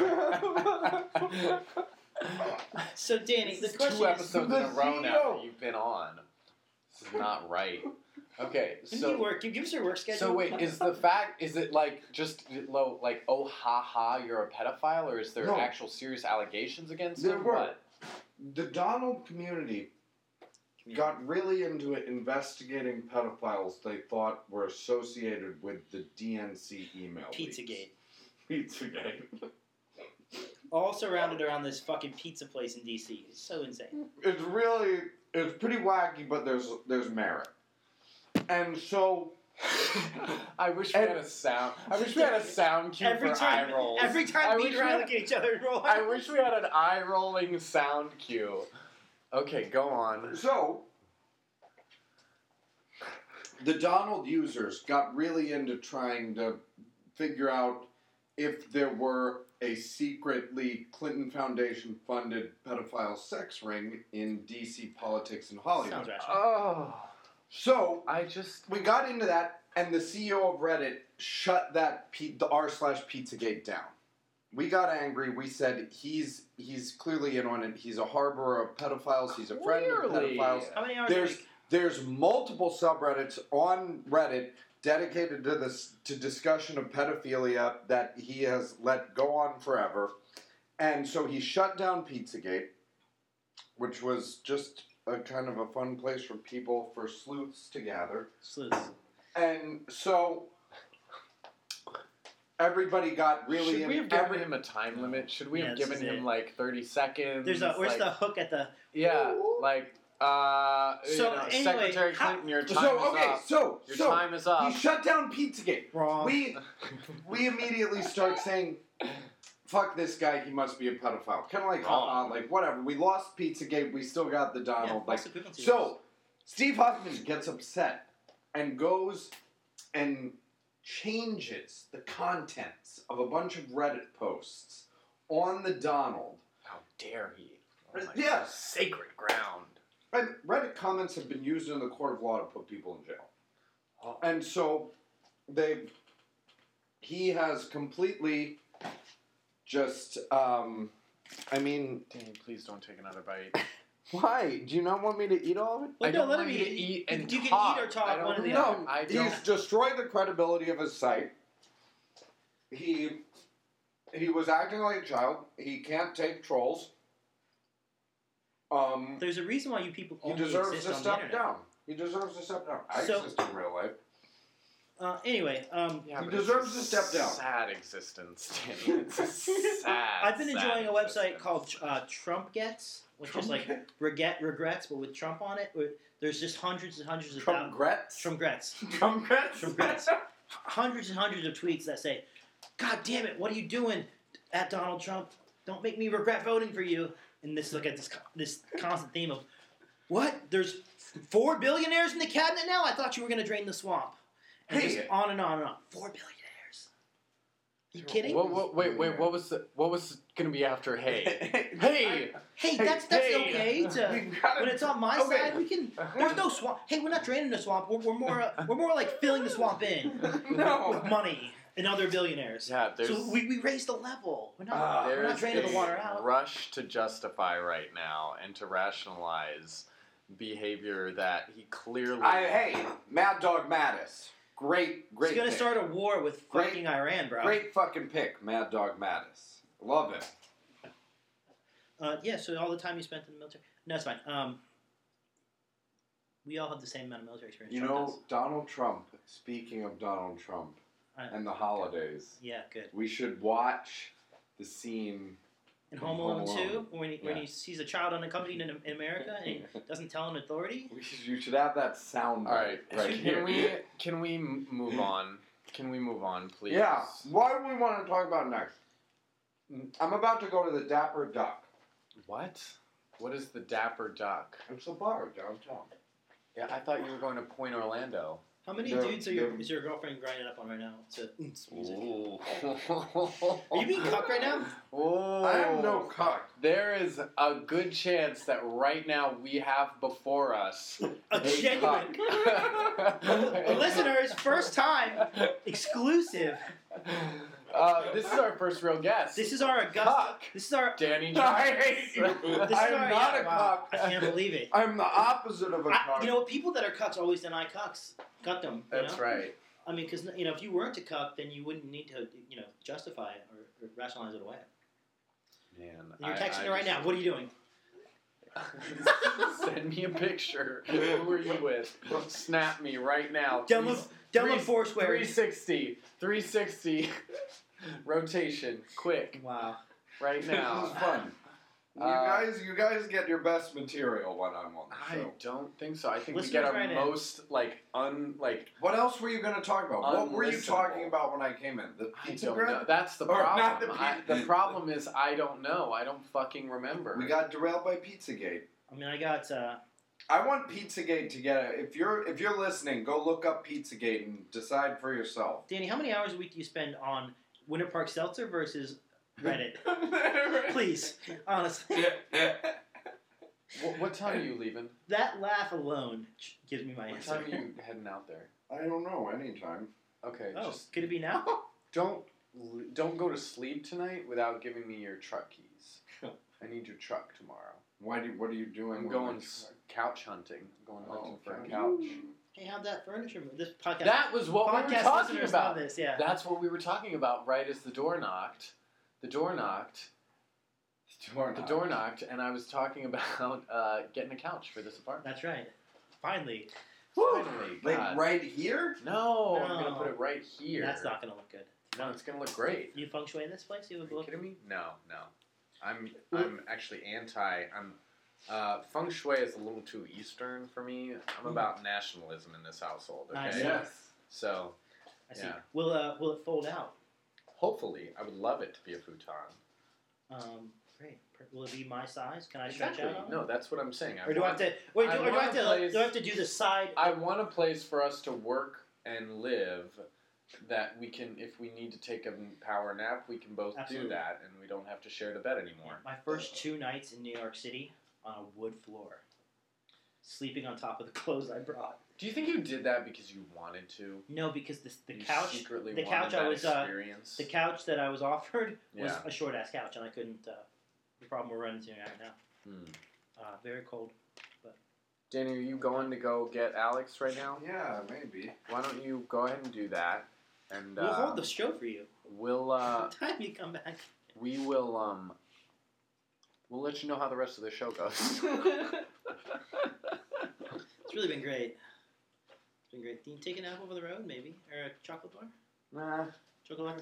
C: So Danny, the
B: This is
C: question
B: two
C: is,
B: episodes in a
D: the
B: row now
D: CEO.
B: that you've been on. This is not right. Okay,
C: Doesn't he
B: so
C: work? Give us your work schedule.
B: so wait, is the fact is it like just low like oh ha ha you're a pedophile or is there
D: No.
B: actual serious allegations against
D: There
B: him?
D: were.
B: What?
D: The Donald community got really into it investigating pedophiles they thought were associated with the DNC email.
C: Pizzagate?
D: leaks. Pizzagate.
C: All surrounded around this fucking pizza place in DC. It's so insane.
D: it's really it's pretty wacky, but there's there's merit. And so
B: I wish we
D: And-
B: had a sound. I wish we had a sound cue
C: Every
B: for
C: time,
B: eye rolls.
C: every
B: I
C: time
B: wish
C: Peter and
B: we
C: I
B: had-
C: look at each other and roll.
B: I wish we had an eye rolling sound cue. Okay, go on.
D: so the Donald users got really into trying to figure out if there were a secretly Clinton Foundation funded pedophile sex ring in DC politics and
C: Sounds
D: Hollywood.
C: rational.
B: Oh,
D: So
B: I just
D: we got into that, and the CEO of Reddit shut that P- the r slash Pizzagate down. We got angry. We said he's he's clearly in on it. He's a harborer of pedophiles. He's a friend of
B: Clearly.
D: pedophiles.
C: How many hours? a
D: There's
C: week?
D: there's multiple subreddits on Reddit dedicated to this to discussion of pedophilia that he has let go on forever. And so he shut down Pizzagate, which was just a kind of a fun place for people for sleuths to gather.
C: sleuths.
D: And so everybody got really
B: Should we have
D: in
B: given
D: every-
B: him a time limit? Should we
C: Yeah,
B: have
C: this
B: given
C: is
B: him
C: it.
B: like thirty seconds?
C: There's a where's
B: like,
C: the hook at the
B: yeah, like uh, you
C: So,
B: know,
C: anyway,
B: Secretary
C: how-
B: Clinton, your time
D: So
B: is
D: okay,
B: up.
D: so
B: Your
D: so
B: time is up. Oh.
D: he shut down Pizzagate.
C: wrong?
D: We we immediately start saying fuck this guy, he must be a pedophile. Kind of like, uh,
C: Wrong.
D: like whatever. We lost Pizzagate, we still got the
C: Yeah,
D: Donald. like,
C: false equivalency
D: so Steve Huffman gets upset and goes and changes the contents of a bunch of Reddit posts on the Donald.
B: How dare he? Oh
D: Yeah.
B: Sacred ground.
D: And Reddit comments have been used in the court of law to put people in jail.
B: Oh.
D: And so they he has completely just um I mean
B: Danny, please don't take another bite.
D: why? Do you not want me to eat all of it?
C: Well,
B: I
C: no,
B: don't
C: let
B: want
C: him
B: you to
C: eat.
B: eat and
C: You can eat
B: talk.
C: or talk,
B: I don't-
C: one or the
B: no,
C: other.
D: No,
B: I
D: he's
B: don't.
D: destroyed the credibility of his site. He he was acting like a child. He can't take trolls. Um
C: There's a reason why you people
D: he
C: only
D: deserves
C: exist
D: to
C: on the
D: step
C: internet.
D: down. He deserves to step down. I
C: So-
D: exist in real life.
C: Uh, anyway, um,
B: Yeah,
D: He
B: but it's
D: deserves
B: a
D: to step down.
B: Sad existence, Danny. It's a sad.
C: I've been
B: sad
C: enjoying a website
B: existence.
C: called uh, Trump Gets, which is like
D: Trump-
C: regret regrets, but with Trump on it. where There's just hundreds and hundreds of thou-
D: Trumgrets.
C: Trump Gets.
D: Trumgrets.
C: Trumgrets. hundreds and hundreds of tweets that say, "God damn it, what are you doing at Donald Trump? Don't make me regret voting for you." And this look at this co- this constant theme of, "What? There's four billionaires in the cabinet now. I thought you were going to drain the swamp." And
D: Hey.
C: just on and on and on. Four billionaires. You kidding?
B: Whoa, whoa, wait, wait. What was the, what was gonna be after hey? Hey,
C: Hey, that's that's
B: Hey.
C: okay to.
D: We've got
C: When
D: to.
C: it's on my
D: Okay.
C: side, we can. There's no swamp. Hey, we're not draining the swamp. We're, we're more uh, we're more like filling the swamp in with
D: No.
C: money and other billionaires.
B: yeah, there's
C: so we, we raised the level. We're
D: Ah.
C: not, we're
B: there's
C: not draining
B: a
C: the water out.
B: rush to justify right now and to rationalize behavior that he clearly
D: I hey, Mad Dog Mattis. Great, great.
C: He's gonna
D: pick.
C: start a war with
D: Great-
C: fucking Iran, bro.
D: Great fucking pick, Mad Dog Mattis. Love it.
C: Uh, yeah, so all the time you spent in the military. No, it's fine. Um, we all have the same amount of military experience.
D: You
C: Trump
D: know
C: does.
D: Donald Trump. Speaking of Donald Trump
C: I-
D: and the holidays,
C: Yeah, good.
D: we should watch the scene.
C: In
D: From
C: Home
D: Home
C: Alone
D: Alone.
C: 2, when he, when
D: Yeah.
C: he sees a child unaccompanied in, in America and he doesn't tell an authority.
D: We should, you should have that sound.
B: All right,
D: right
B: can
D: here.
B: we can we m- move on? Can we move on, please?
D: Yeah. What do we want to talk about next? I'm about to go to the Dapper Duck.
B: What? What is the Dapper Duck?
D: It's a bar downtown.
B: Yeah, I thought you were going to Point Orlando.
C: How many
D: No,
C: dudes are your,
D: no.
C: is your girlfriend grinding up on right now to oomph music?
B: Ooh.
C: Are you being cucked right now?
B: Whoa.
D: I am
B: Oh.
D: no cock.
B: There is a good chance that right now we have before us
C: A
B: Hey,
C: genuine.
B: a
C: Listeners, first time exclusive.
B: Uh, this is our first real guest.
C: This is our Augusta.
B: Cock.
C: This is our.
B: Danny.
D: I hate you.
C: This is
D: I'm
C: our,
D: not
C: yeah,
D: a
C: wow,
D: cock.
C: I can't believe it.
D: I'm the opposite of a
C: I,
D: cock.
C: you know, people that are cucks always deny cucks. Cuck them. You
B: That's
C: know?
B: right.
C: I mean, because you know, if you weren't a cuck, then you wouldn't need to, you know, justify it or, or rationalize it away.
B: Man,
C: And you're
B: I-
C: texting
B: I
C: her right now.
B: just-
C: What are you doing?
B: Send me a picture. Who are you with? Snap me right now.
C: Download, download
B: three-
C: Foursquare.
B: 360. 360. Rotation. Quick.
C: Wow.
B: Right
D: this is
B: now.
D: fun. You
B: Uh,
D: guys, you guys get your best material one on one.
B: I
D: So,
B: don't think so. I think we
C: Listeners
B: get our
C: write in.
B: most like un like
D: what else were you going to talk about? What were you
B: Unlistenable.
D: talking about when I came in? The
B: I
D: pizza
B: don't
D: bread?
B: know. That's the
D: Or
B: problem.
D: not the
B: I-
D: pe-
B: the problem is I don't know. I don't fucking remember.
D: We got derailed by Pizzagate.
C: I mean, I got. Uh,
D: I want Pizzagate to get it. If you're if you're listening, go look up Pizzagate and decide for yourself.
C: Danny, how many hours a week do you spend on Winter Park Seltzer versus Reddit? Please, honestly,
B: Wh- what, time are you leaving?
C: that laugh alone gives me my
B: What
C: answer.
B: time are you heading out there?
D: I don't know. Anytime.
B: Okay,
C: Oh,
B: just
C: could it be now?
B: don't l- don't go to sleep tonight without giving me your truck keys. I need your truck tomorrow.
D: Why do? What are you doing?
B: I'm
D: when
B: going
D: I-
B: s- couch hunting. I'm going hunting
D: Oh,
B: for a
D: okay.
B: couch.
C: Hey, how'd that furniture move? This podcast.
B: That was what we were
C: podcast
B: talking
C: listeners
B: about.
C: love this, yeah.
B: That's what we were talking about right as the door knocked. The door knocked.
D: The door
B: The door knocked, and I was talking about uh, getting a couch for this apartment.
C: That's right. Finally,
B: Finally,
D: Like
B: God.
D: right here?
B: No, I'm gonna
C: No.
B: put it right here.
C: that's not gonna look good.
B: No, it's gonna look great.
C: You feng shui in this place, you
B: Are
C: would
B: you
C: look.
B: kidding me? No, no. I'm I'm actually anti. I'm uh, feng shui is a little too Eastern for me.
C: Hmm.
B: I'm about nationalism in this household. Okay,
C: Nice.
D: Yes.
B: so
C: I see.
B: Yeah.
C: Will uh, will it fold out?
B: Hopefully, I would love it to be a futon.
C: Um, great. Per- Will it be my size? Can I stretch out? on it?
B: No, that's what I'm saying. I
C: Or do I have
B: want,
C: to? Wait, do,
B: I
C: or do I have
B: want a
C: to?
B: place-
C: do I have to do the side?
B: I want a place for us to work and live that we can, if we need to take a power nap, we can both
C: Absolutely.
B: do that, and we don't have to share the bed anymore.
C: My first two nights in New York City on a wood floor, sleeping on top of the clothes I brought.
B: Do you think you did that because you wanted to?
C: No, because the, the
B: You
C: couch,
B: secretly
C: the
B: wanted
C: couch
B: that
C: I was, uh,
B: experience.
C: the couch that I was offered was
B: Yeah.
C: a short ass couch, and I couldn't. Uh, the problem we're running into right now.
B: Hmm.
C: Uh, very cold.
B: Danny, are you going to go get Alex right now?
D: Yeah, maybe.
B: Why don't you go ahead and do that, and
C: We'll
B: uh,
C: hold the show for you.
B: we'll uh,
C: Time you come back.
B: we will um, we'll let you know how the rest of the show goes.
C: It's really been great. It's been great. Can you take an apple for the road, maybe, or a chocolate bar?
D: Nah.
C: Chocolate.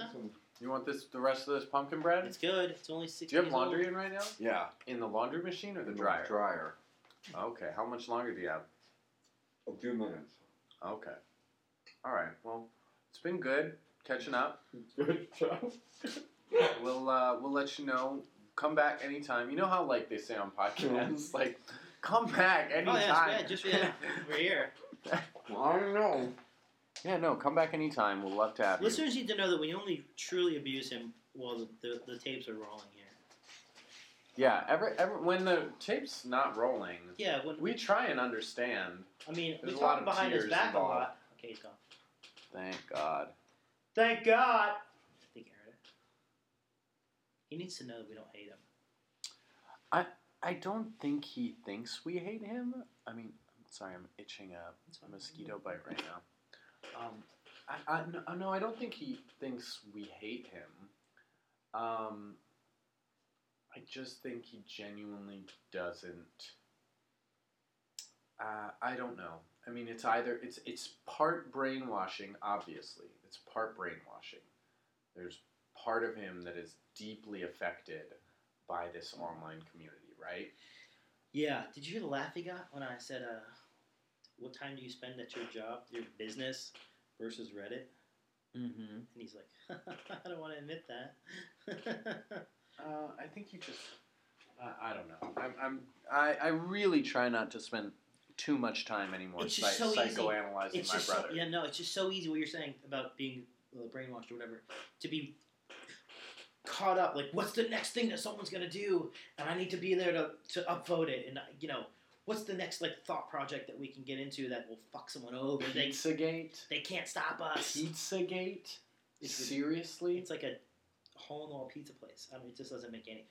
B: you want this the rest of this pumpkin bread?
C: It's good. It's only six.
B: Do you have
C: days old.
B: laundry in right now?
D: Yeah.
B: In the laundry machine or the dryer?
D: Dryer.
B: Okay. How much longer do you have?
D: A few minutes.
B: Okay. All right. Well, it's been good catching up.
D: Good job.
B: We'll uh, we'll let you know. Come back anytime. You know how like they say on podcasts, like come back
C: Oh
B: anytime.
C: yeah, it's good. Just yeah, we're here.
D: I know.
B: Yeah, no, come back anytime. We'll love to have you.
C: Listeners need to know that we only truly abuse him while the, the, the tapes are rolling here.
B: Yeah, every, every when the tape's not rolling,
C: Yeah, when
B: we try and understand.
C: I mean, we
B: There's a lot
C: talk
B: of
C: behind his
B: tears
C: back a
B: involved.
C: lot. Okay, he's gone.
B: Thank God.
C: Thank God. I think I heard it. He needs to know that we don't hate him.
B: I don't think he thinks we hate him. I mean, I'm sorry, I'm itching a
C: That's fine.
B: mosquito bite right now. Um, I, I no, no, I don't think he thinks we hate him. Um, I just think he genuinely doesn't. Uh, I don't know. I mean, it's either it's it's part brainwashing. Obviously, it's part brainwashing. There's part of him that is deeply affected by this online community, right?
C: Yeah. Did you hear the laugh he got when I said, uh, "What time do you spend at your job, your business, versus Reddit?"
B: Mm-hmm.
C: And he's like, "I don't want to admit that."
B: Uh, I think you just. I I don't know. I'm. I'm I, I really try not to spend too much time anymore
C: It's just
B: psy-
C: so easy.
B: psychoanalyzing
C: it's
B: my
C: just so,
B: brother.
C: yeah, no, it's just so easy what you're saying about being uh, brainwashed or whatever to be caught up. Like, what's the next thing that someone's gonna do, and I need to be there to to upvote it, and uh, you know, what's the next like thought project that we can get into that will fuck someone over? They
B: Pizzagate.
C: they can't stop us.
B: Pizzagate.
C: It's-
B: Seriously.
C: It's like a hole in the wall pizza place. I mean, it just doesn't make any.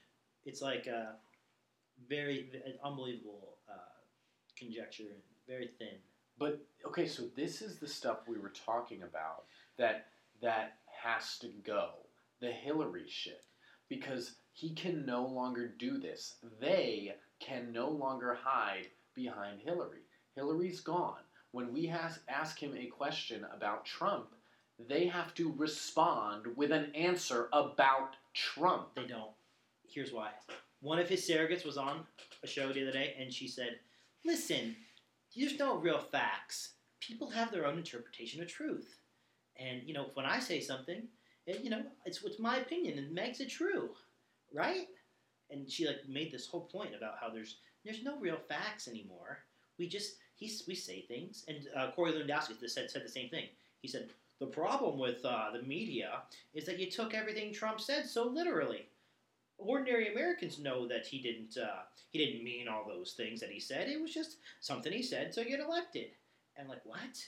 C: It's like a very an unbelievable uh, conjecture, and very thin.
B: But okay, so this is the stuff we were talking about that that has to go. The Hillary shit. Because he can no longer do this. They can no longer hide behind Hillary. Hillary's gone. When we has, ask him a question about Trump, they have to respond with an answer about Trump.
C: They don't. Here's why. One of his surrogates was on a show the other day, and she said, "Listen, there's no real facts. People have their own interpretation of truth, and you know when I say something, it, you know it's it's my opinion, and makes it true, right?" And she like made this whole point about how there's there's no real facts anymore. We just he's we say things, and uh, Corey Lewandowski said said the same thing. He said. The problem with uh, the media is that you took everything Trump said so literally ordinary Americans know that he didn't uh, he didn't mean all those things that he said. It was just something he said to get elected. And like what?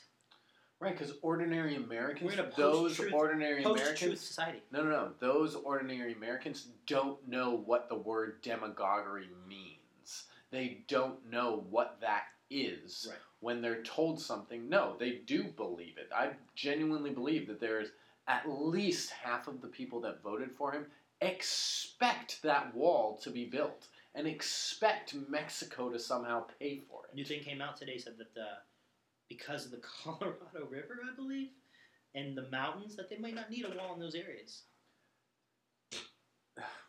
B: Right, because ordinary Americans,
C: We're in a
B: those
C: post-truth-
B: ordinary
C: Post truth
B: Americans,
C: society.
B: No, no, no. Those ordinary Americans don't know what the word demagoguery means. They don't know what that is
C: Right.
B: when they're told something. No, they do believe it. I genuinely believe that there is at least half of the people that voted for him expect that wall to be built and expect Mexico to somehow pay for
C: A
B: it.
C: new thing came out today said that uh, because of the Colorado River, I believe, and the mountains, that they might not need a wall in those areas.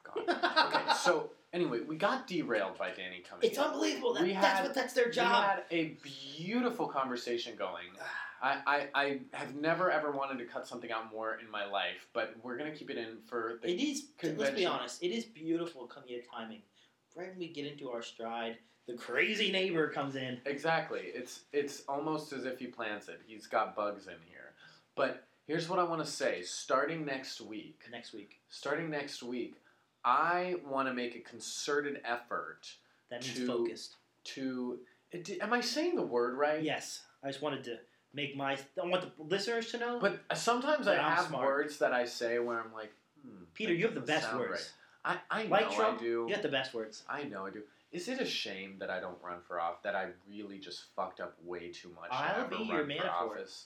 B: God. okay, so anyway, we got derailed by Danny coming.
C: It's
B: in.
C: unbelievable. That,
B: We
C: that's
B: had-
C: what that's their
B: We
C: job.
B: had a beautiful conversation going. I, I, I have never ever wanted to cut something out more in my life, but we're gonna keep it in for the
C: it is. Let's be
B: convention.
C: honest. It is beautiful coming at timing. Right when we get into our stride, the crazy neighbor comes in.
B: Exactly. It's it's almost as if he plans it. He's got bugs in here. But here's what I want to say. Starting next week,
C: Next week.
B: starting next week, I want to make a concerted effort
C: That means
B: To-
C: focused.
B: to. d- Am I saying the word right?
C: Yes, I just wanted to make my. I want the listeners to know.
B: But sometimes
C: But
B: I
C: I'm
B: have
C: smart.
B: words that I say where I'm like, hmm,
C: Peter,
B: that
C: you have the
B: doesn't
C: best
B: sound
C: words.
B: right. I, I know
C: Like Trump,
B: I do.
C: You got the best words.
B: I know I do. Is it a shame that I don't run for office? That I really just fucked up way too much. to
C: I'll
B: ever
C: be
B: run
C: your
B: for
C: Manafort.
B: office?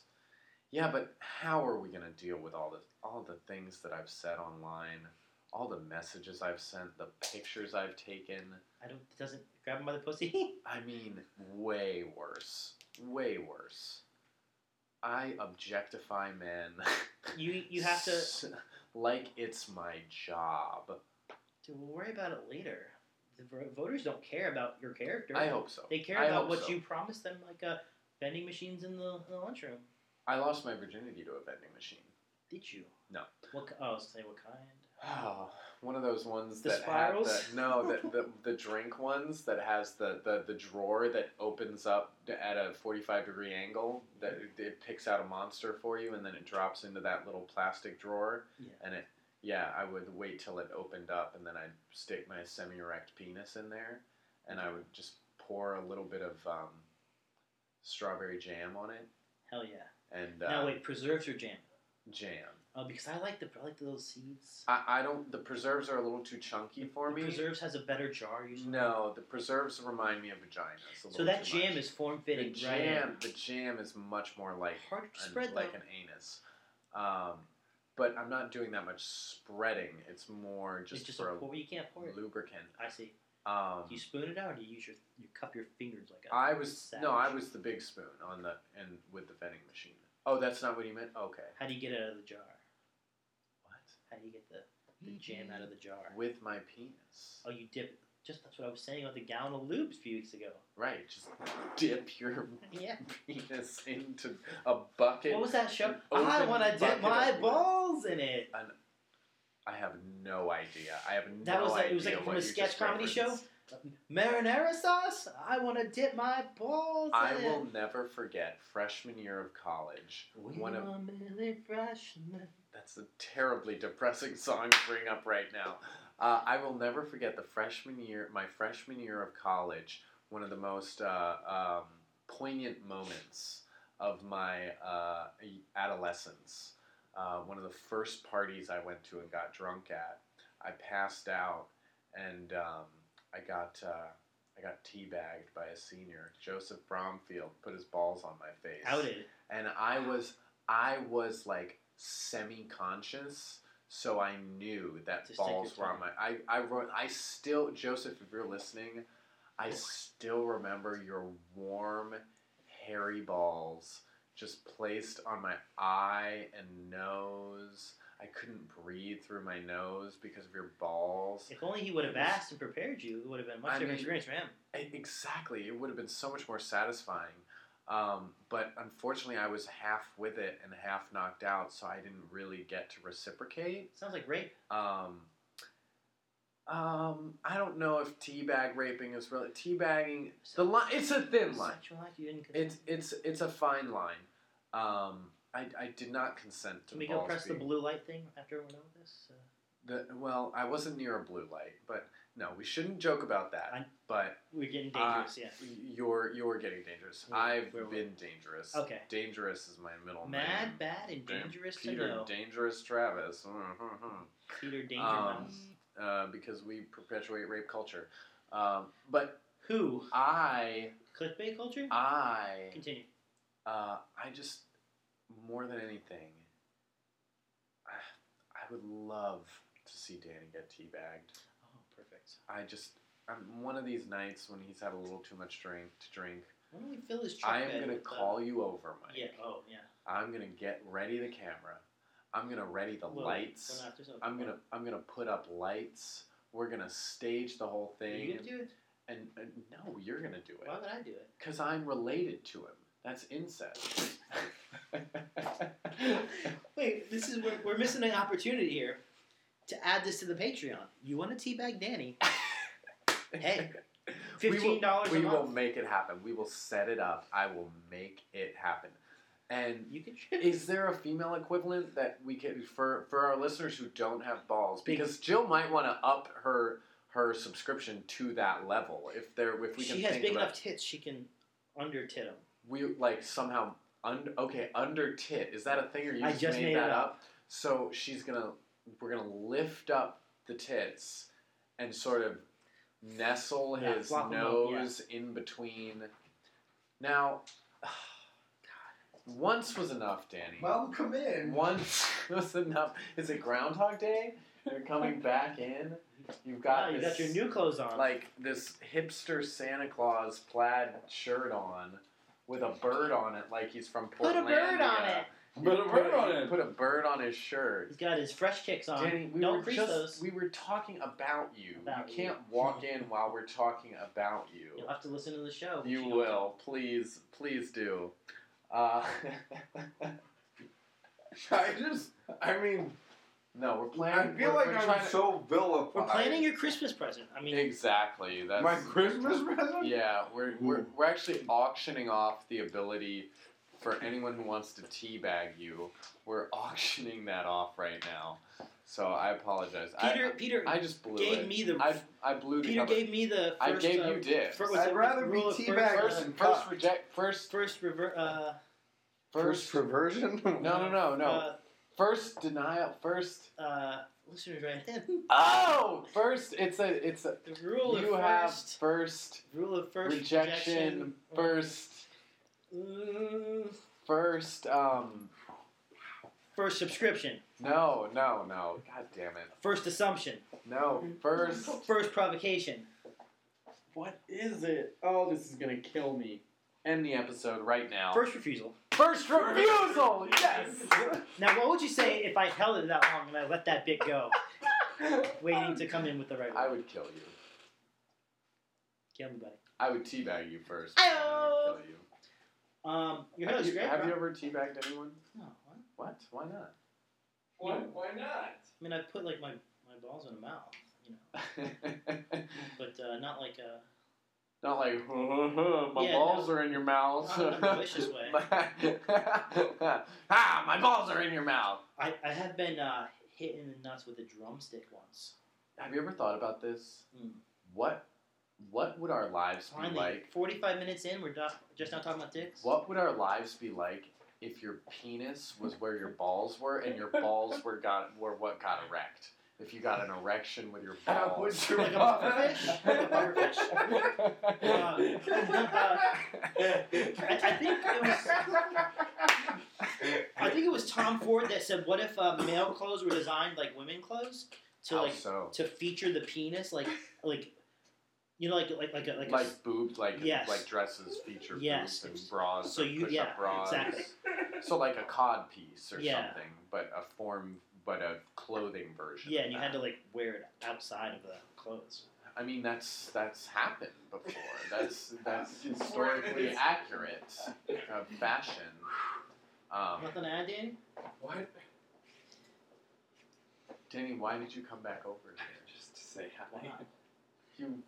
B: Yeah, but how are we gonna deal with all the all the things that I've said online, all the messages I've sent, the pictures I've taken?
C: I don't. It doesn't grab him by the pussy.
B: I mean, way worse, way worse. I objectify men.
C: you you have to.
B: like it's my job.
C: Dude, we'll worry about it later. The vo- voters don't care about your character.
B: I hope so.
C: they care
B: I
C: about
B: hope
C: what
B: so.
C: you promised them, like uh, vending machines in the, in the lunchroom.
B: I lost my virginity to a vending machine.
C: Did you?
B: No.
C: What? ki- Oh, say what kind?
B: Oh, one of those ones
C: The
B: that
C: spirals?
B: have the no, the, the the drink ones that has the, the the drawer that opens up to- at a forty five degree angle that it, it picks out a monster for you and then it drops into that little plastic drawer
C: Yeah.
B: and it yeah I would wait till it opened up and then I'd stick my semi erect penis in there and I would just pour a little bit of um, strawberry jam on it
C: Hell yeah.
B: and uh,
C: Now wait, preserves or jam?
B: jam.
C: Oh, because I like the I like the little seeds.
B: I, I don't. The preserves are a little too chunky for
C: The
B: me.
C: preserves has a better jar usually.
B: No, the preserves remind me of vaginas. A
C: So
B: little
C: that
B: too much.
C: jam is form fitting.
B: the jam. The jam is much more like
C: Harder to
B: an,
C: spread
B: like
C: though.
B: an anus. Um, but I'm not doing that much spreading. It's more
C: It's
B: just,
C: just a
B: for
C: pour. You can't pour it.
B: lubricant.
C: I see.
B: Um,
C: Do you spoon it out, or do you use your you cup your fingers like a
B: I was no, I
C: savage?
B: was the big spoon on the and with the vending machine. Oh, that's not what you meant. Okay.
C: How do you get it out of the jar?
B: What?
C: How do you get the, the jam out of the jar?
B: Mm-hmm. With my penis.
C: Oh, you dip. Just that's what I was saying about the gallon of lubes a few weeks ago.
B: Right. Just dip your
C: Yeah.
B: penis into a bucket.
C: What was that show?
B: An open
C: I want to dip
B: bucket
C: my
B: of lube.
C: balls in it.
B: I have no idea. I have
C: That
B: no
C: was like-
B: idea.
C: it was like from
B: what
C: a
B: you
C: sketch
B: just
C: comedy show?
B: referenced.
C: Marinara sauce. I want to dip my balls
B: I
C: in
B: will
C: it.
B: never forget freshman year of college.
C: We
B: One of
C: are merely freshmen.
B: that's a terribly depressing song to bring up right now. Uh, I will never forget the freshman year, my freshman year of college. One of the most uh, um, poignant moments of my uh, adolescence. Uh, one of the first parties I went to and got drunk at. I passed out and um, I got uh, I got teabagged by a senior. Joseph Bromfield put his balls on my face
C: Outed.
B: and I was I was like semi-conscious, so I knew that
C: Just take
B: balls
C: your
B: were on my. I I wrote. I still Joseph, if you're listening, I still remember your warm, hairy balls just placed on my eye and nose. I couldn't breathe through my nose because of your balls.
C: If only he would have asked and prepared you, it would have been a much
B: I
C: different
B: mean-
C: experience for him.
B: E- Exactly. It would have been so much more satisfying. Um, but unfortunately, I was half with it and half knocked out, so I didn't really get to reciprocate.
C: Sounds like rape.
B: Um, um, I don't know if teabag raping is really teabagging. The line, it's a thin line.
C: Sexual act you didn't consent.
B: It's it's it's a fine line. Um, I, I did not consent to
C: Can we go
B: balls
C: press the
B: being-
C: blue light thing after we're done with this? Uh,
B: the- well, I wasn't near a blue light, but no, we shouldn't joke about that.
C: I-
B: but
C: we're getting
B: Uh,
C: dangerous, yeah.
B: You're you're getting dangerous.
C: Wait,
B: I've
C: where were
B: been dangerous.
C: Okay.
B: Dangerous is my middle name.
C: Mad, bad, and
B: oh, Damn,
C: dangerous to
B: Peter
C: know.
B: Dangerous Travis. Mhm.
C: Peter Danger
B: Um,
C: Mouse.
B: uh, because we perpetuate rape culture. Um, but
C: Who?
B: I
C: Clickbait culture?
B: I
C: Continue.
B: uh, I just more than anything I, I would love to see Danny get teabagged.
C: Oh, perfect.
B: I just I'm one of these nights when he's had a little too much drink to drink.
C: Why don't we fill his truck
B: I am
C: bed
B: gonna
C: with, uh,
B: call you over, Mike.
C: Yeah, oh, yeah.
B: I'm gonna get ready the camera. I'm gonna ready the
C: Well,
B: lights.
C: we're not- there's no-
B: I'm gonna I'm gonna put up lights. We're gonna stage the whole
C: Are
B: thing.
C: you gonna do it?
B: and, and no, you're gonna do
C: Why
B: it
C: would I do it?
B: because I'm related to him. That's incest.
C: Wait, this is we're, we're missing an opportunity here to add this to the Patreon. You want to teabag Danny? Hey,
B: We will-
C: fifteen dollars a
B: We will
C: month.
B: make it happen. We will set it up. I will make it happen. And
C: You can.
B: is there a female equivalent that we can for for our listeners who don't have balls? Because Jill might want to up her her subscription to that level if there if we can
C: she has
B: think
C: big
B: about
C: enough tits. She can under tit 'em.
B: we like somehow under okay under tit is that a thing or you
C: I
B: just,
C: just
B: made,
C: made
B: that
C: it
B: up.
C: up.
B: so she's gonna we're gonna lift up the tits and sort of nestle
C: Yeah,
B: his
C: flop 'em up, yeah.
B: nose in between now once was enough danny
D: Welcome in.
B: once was enough is it groundhog day you're coming back in you've got
C: Wow, you
B: this
C: got your new clothes on.
B: like this hipster Santa Claus plaid shirt on with a bird on it, like he's from
C: Put a
B: Portland.
C: bird on it.
D: Put a bird on it.
B: Put a bird on his shirt.
C: He's got his fresh kicks on.
B: Danny, we
C: Don't
B: were
C: crease
B: just
C: those.
B: we were talking about you.
C: About
B: you
C: you.
B: can't walk in while we're talking about you.
C: You'll have to listen to the show.
B: You
C: She-
B: will, please, please do. Uh,
D: I just, I mean,
B: no, we're
D: I
B: planning.
D: feel
B: we're,
D: like
B: we're
D: I'm
B: trying to-
D: so vilified.
C: We're planning your Christmas present. I mean,
B: exactly. That's
D: my Christmas present.
B: Yeah, we're, we're,
D: Ooh.
B: we're actually auctioning off the ability for anyone who wants to teabag you. We're auctioning that off right now. So I apologize.
C: Peter. Peter
B: I, I just blew
C: gave
B: it.
C: me the.
B: I, I blew the
C: Peter
B: cover.
C: gave me the. First,
B: I gave
C: uh,
B: you dibs.
C: fir-
D: I'd
C: it
D: rather be
C: rule of
D: teabagged
C: first,
B: first,
D: than
B: first
D: cuffed.
B: reject. First,
C: first rever- uh,
B: first.
D: perversion.
B: No, no, Oh, no, no.
C: uh,
B: first denial. First.
C: uh, listeners right in.
B: Oh, first. It's a. It's a.
C: The rule
B: You
C: of
B: have
C: first.
B: first
C: Rule of first
B: rejection.
C: or-
B: First.
C: Mm,
B: First. Um.
C: first subscription.
B: No, no, no. God damn it.
C: First assumption.
B: No, first.
C: First provocation.
B: What is it? Oh, this is gonna kill me. End the episode right now.
C: First refusal.
B: First refusal! Yes!
C: Now, what would you say if I held it that long and I let that bit go, waiting to come in with the right
B: I
C: one?
B: would kill you.
C: Kill me, buddy.
B: I would teabag you first.
C: Ayo!
B: I would kill you.
C: Um, your
B: have
C: hair
B: you,
C: is great.
B: have
C: bro.
B: you ever teabagged anyone?
C: No, what?
B: What? Why not?
D: Why, why not?
C: I mean, I put like my, my balls in a mouth, you know, but uh, not like a.
B: not like, my
C: Yeah,
B: balls
C: no.
B: are in your mouth.
C: Not in a malicious way.
B: ah, my balls are in your mouth.
C: I, I have been uh, hit in the nuts with a drumstick once.
B: Have you ever thought about this?
C: Mm.
B: What what would our lives be
C: Finally,
B: like?
C: 45 minutes in, we're do- just now talking about dicks.
B: What would our lives be like if your penis was where your balls were and your balls were got were what got erect? If you got an erection with your
D: How would
B: balls.
D: you-
C: Uh, Like a pufferfish? Like a pufferfish. I, I think it was. I think it was Tom Ford that said, "What if uh, male clothes were designed like women clothes to
B: How
C: like
B: so?
C: to feature the penis, like like you know, like like like a, like, a
B: Like
C: s-
B: boobed, like
C: Yes.
B: like dresses feature
C: Yes.
B: boobs and bras,
C: So
B: or
C: you-
B: push-up
C: yeah,
B: bras.
C: exactly.
B: So like a cod piece or
C: Yeah.
B: something, but a form, but a clothing version.
C: yeah,
B: of
C: and you
B: that.
C: had to like wear it outside of the clothes.
B: I mean, that's that's happened before. That's that's historically accurate of fashion. Um,
C: Nothing to add, Danny.
D: What?
B: Danny, why did you come back over here?
D: Just to say
C: Why
D: hi.
C: not?
B: You,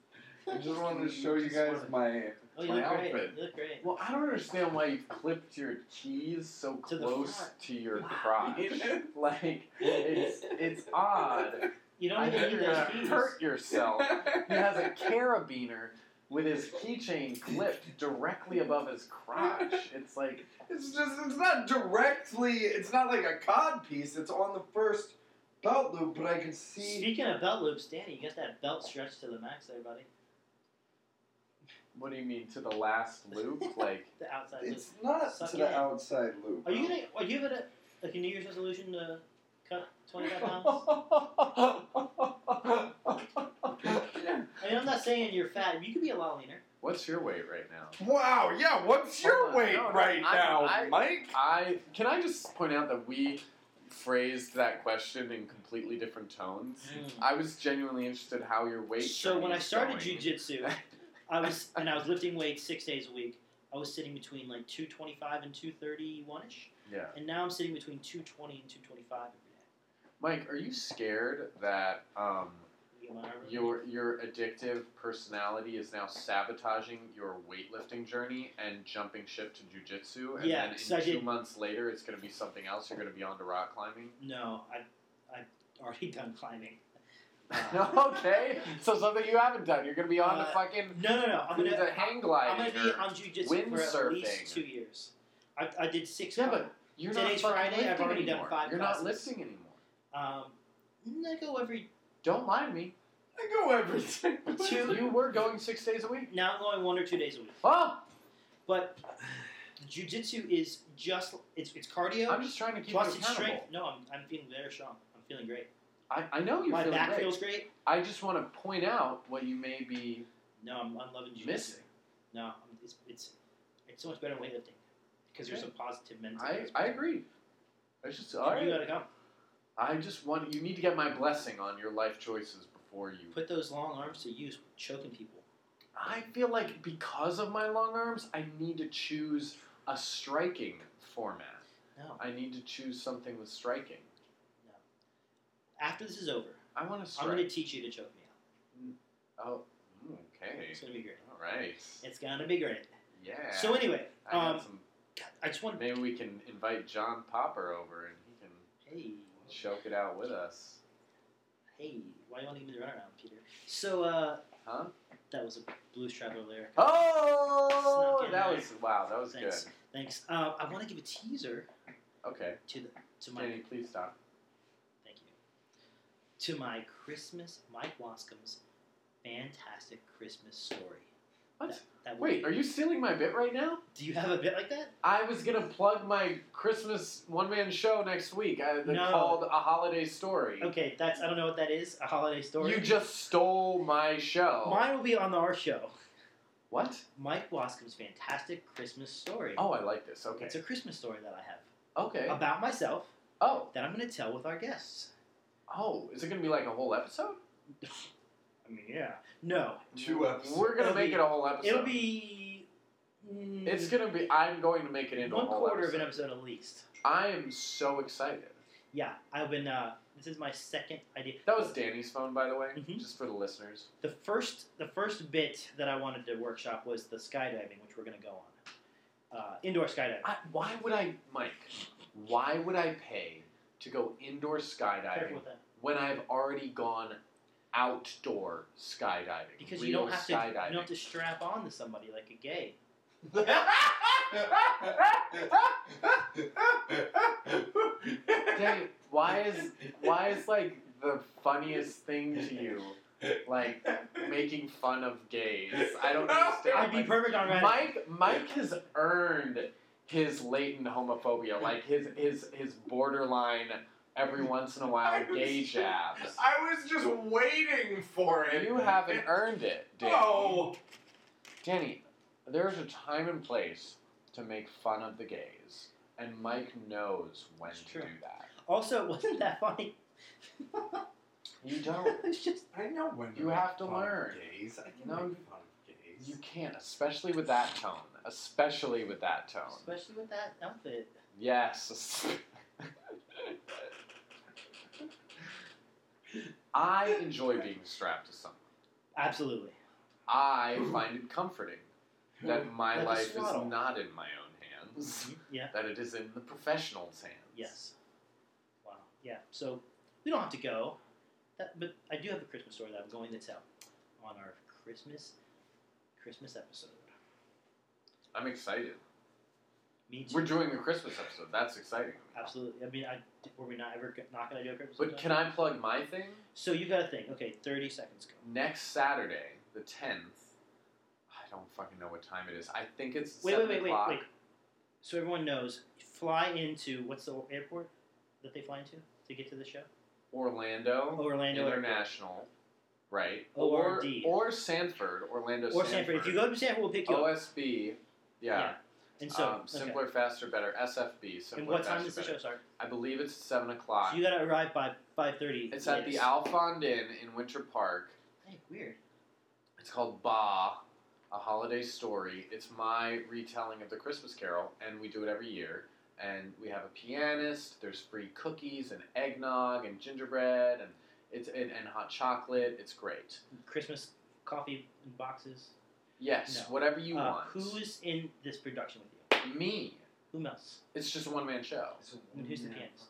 D: I just wanted to show you guys my.
C: Oh, you
B: My
C: look great.
B: outfit.
C: You look great.
B: well, I don't understand why you've clipped your keys so
C: To the
B: close
C: front.
B: to your crotch. like it's it's odd.
C: You don't
B: I
C: even
B: think
C: need
B: you're gonna
C: those keys.
B: hurt yourself. He has a carabiner with his keychain clipped directly above his crotch. It's like
D: It's just, it's not directly, it's not like a cod piece. It's on the first belt loop, but I can see.
C: Speaking of belt loops, Danny, you got that belt stretched to the max there, buddy.
B: What do you mean to the last loop? Like
C: The outside loop.
D: It's not
C: Suck
D: to
C: it in.
D: the outside loop.
C: Are you gonna? Are you gonna like a New Year's resolution to cut twenty five pounds? I mean, I'm not saying you're fat. You could be a lot leaner.
B: What's your weight right now?
D: Wow, yeah, what's
B: Hold on, no, no, I- I- I can I just point out that we phrased that question in completely different tones.
C: Mm.
B: I was genuinely interested how your weight.
C: So when
B: journey
C: I
B: is
C: started
B: going.
C: jujitsu, I was and I was lifting weights six days a week. I was sitting between like two twenty five and two thirty one ish,
B: yeah,
C: and now I'm sitting between two twenty and two twenty five every
B: Mike, are you scared that um,
C: day. You know, whatever.
B: your your addictive personality is now sabotaging your weightlifting journey and jumping ship to jujitsu, and
C: Yeah,
B: then in
C: 'cause I
B: two
C: did-
B: months later, it's going to be something else. You're going to be on to rock climbing.
C: No, I I've already done climbing.
B: okay, so something you haven't done. You're going to be on to
C: Uh,
B: fucking
C: No, no, no. I'm gonna
B: the hang
C: I'm
B: gliding.
C: gonna be
B: or-
C: on jujitsu for at
B: windsurfing.
C: least two years. I, I did six.
B: Yeah,
C: climb-
B: You're
C: Today's
B: not fucking
C: Friday, I've
B: lifting
C: already done
B: anymore.
C: five
B: You're
C: classes.
B: not lifting anymore.
C: um, I go every.
B: Don't lie to me.
D: I go everything.
C: Two-
B: You were going six days a week.
C: Now I'm going one or two days a week.
B: Oh,
C: But jujitsu is just it's it's cardio.
B: I'm just trying to keep
C: Plus,
B: you
C: it's strength.
B: accountable.
C: No, I'm, I'm feeling very strong. I'm feeling great.
B: I, I know you're
C: My
B: feeling
C: back
B: great.
C: feels great.
B: I just want to point out what you may be
C: No, I'm, I'm loving jiu
B: missing.
C: No, I'm- it's, it's it's so much better than weightlifting because there's
B: Okay.
C: a positive mental.
B: I, I agree. I just
C: You
B: all right.
C: gotta come.
B: I just want you need to get my blessing on your life choices before you.
C: Put those long arms to use choking people.
B: I feel like because of my long arms, I need to choose a striking format.
C: No,
B: I need to choose something with striking.
C: after this is over,
B: I want to
C: I'm gonna
B: strike.
C: teach you to choke me out.
B: Oh, mm, okay.
C: It's gonna be great.
B: All right.
C: It's gonna be great.
B: Yeah.
C: So anyway,
B: I got
C: um,
B: some-
C: God, I just want to
B: maybe we can invite John Popper over and he can
C: hey
B: choke it out with us.
C: hey why you want to give me the runaround, Peter? So uh,
B: Huh?
C: that was a blues traveler lyric.
B: Oh,
C: Snuck in
B: that
C: there.
B: was wow. That was
C: Thanks. Thanks. Uh, I want to give a teaser
B: good. Okay,
C: to the to my
B: Danny, please stop.
C: Thank you. To my Christmas, Mike Wascom's fantastic Christmas story.
B: What?
C: That, that
B: Wait,
C: would-
B: are you stealing my bit right now?
C: do you have a bit like that?
B: I was gonna plug my Christmas one-man show next week. I, that
C: No.
B: called a holiday story.
C: Okay, that's I don't know what that is. A holiday story.
B: You just stole my show.
C: Mine will be on our show.
B: What?
C: Mike Wascom's fantastic Christmas story.
B: Oh, I like this. Okay.
C: It's a Christmas story that I have
B: Okay.
C: about myself
B: Oh,
C: that I'm going to tell with our guests.
B: oh, is it gonna be like a whole episode?
C: I mean, yeah. No,
D: Two episodes.
B: We're gonna
C: It'll
B: make
C: be-
B: it a whole episode.
C: it'll be. mm,
B: It's gonna be. I'm going to make it into
C: one
B: a whole
C: quarter
B: episode.
C: of an episode at least.
B: I am so excited.
C: Yeah, I've been. Uh, this is my second idea.
B: That was Danny's phone, by the way,
C: Mhm.
B: just for the listeners.
C: The first, the first bit that I wanted to workshop was the skydiving, which we're going to go on. Uh, indoor skydiving.
B: I, why would I, Mike? Why would I pay to go indoor
C: Careful
B: skydiving
C: with that.
B: when I've already gone outdoor skydiving?
C: Because
B: real
C: you don't have to,
B: skydiving.
C: you don't have to strap on to somebody like a gay.
B: Danny, why is why is like the funniest thing to you like making fun of gays? I don't understand.
C: I'd be
B: like,
C: perfect on Reddit.
B: Mike Mike has earned his latent homophobia, like his his his borderline every once in a while gay jabs.
D: I was just waiting for
B: You haven't earned it, Danny.
D: Oh.
B: Danny, there's a time and place to make fun of the gays, and Mike knows when
C: It's
B: to
C: true.
B: do that.
C: also, it wasn't that funny.
B: You
C: it
B: don't.
C: was just
D: I know when
B: You
D: make
B: have to
D: fun of
B: learn.
D: Gays. I can
B: No,
D: make
B: you-
D: fun of gays.
B: You can't, especially with that tone. Especially with that tone.
C: especially with that outfit.
B: Yes. I enjoy being strapped to someone.
C: Absolutely.
B: I find it comforting that my
C: Like a
B: life is
C: swaddle.
B: not in my own hands,
C: Mm-hmm. Yeah.
B: that it is in the professional's hands.
C: Yes. Wow. Yeah. So we don't have to go, that, but I do have a Christmas story that I'm going to tell on our Christmas Christmas episode.
B: I'm excited.
C: Me too.
B: We're doing a Christmas episode. That's exciting.
C: Absolutely. I mean, I, were we not ever go- not going to do a Christmas?
B: But
C: episode?
B: can I plug my thing?
C: So you got a thing. Okay, thirty seconds go.
B: Next Saturday, the 10th, I don't fucking know what time it is. I think it's
C: Wait,
B: 7
C: wait, wait, wait,
B: o'clock.
C: wait. So everyone knows, fly into what's the airport that they fly into to get to the show?
B: Orlando,
C: Orlando Airport.
B: International, right?
C: ORD.
B: Or, or Sanford, Orlando
C: or Sanford. If you go to Sanford, we'll pick you up.
B: OSB, yeah.
C: And so,
B: um, simpler, faster, better. SFB.
C: okay.
B: Simpler,
C: And what time
B: faster,
C: does the
B: better.
C: show start?
B: I believe it's seven o'clock.
C: So you gotta arrive by five thirty.
B: it's at the Alfond Inn in Winter Park.
C: Hey, weird.
B: It's called Ba, a holiday story. It's my retelling of the Christmas Carol, and we do it every year. And we have a pianist. There's free cookies and eggnog and gingerbread and it's and, and hot chocolate. It's great.
C: Christmas coffee in boxes.
B: Yes,
C: No.
B: whatever you
C: Uh,
B: want.
C: Who is in this production with you?
B: me?
C: Who else?
B: It's just a one man show.
C: And who's the pianist?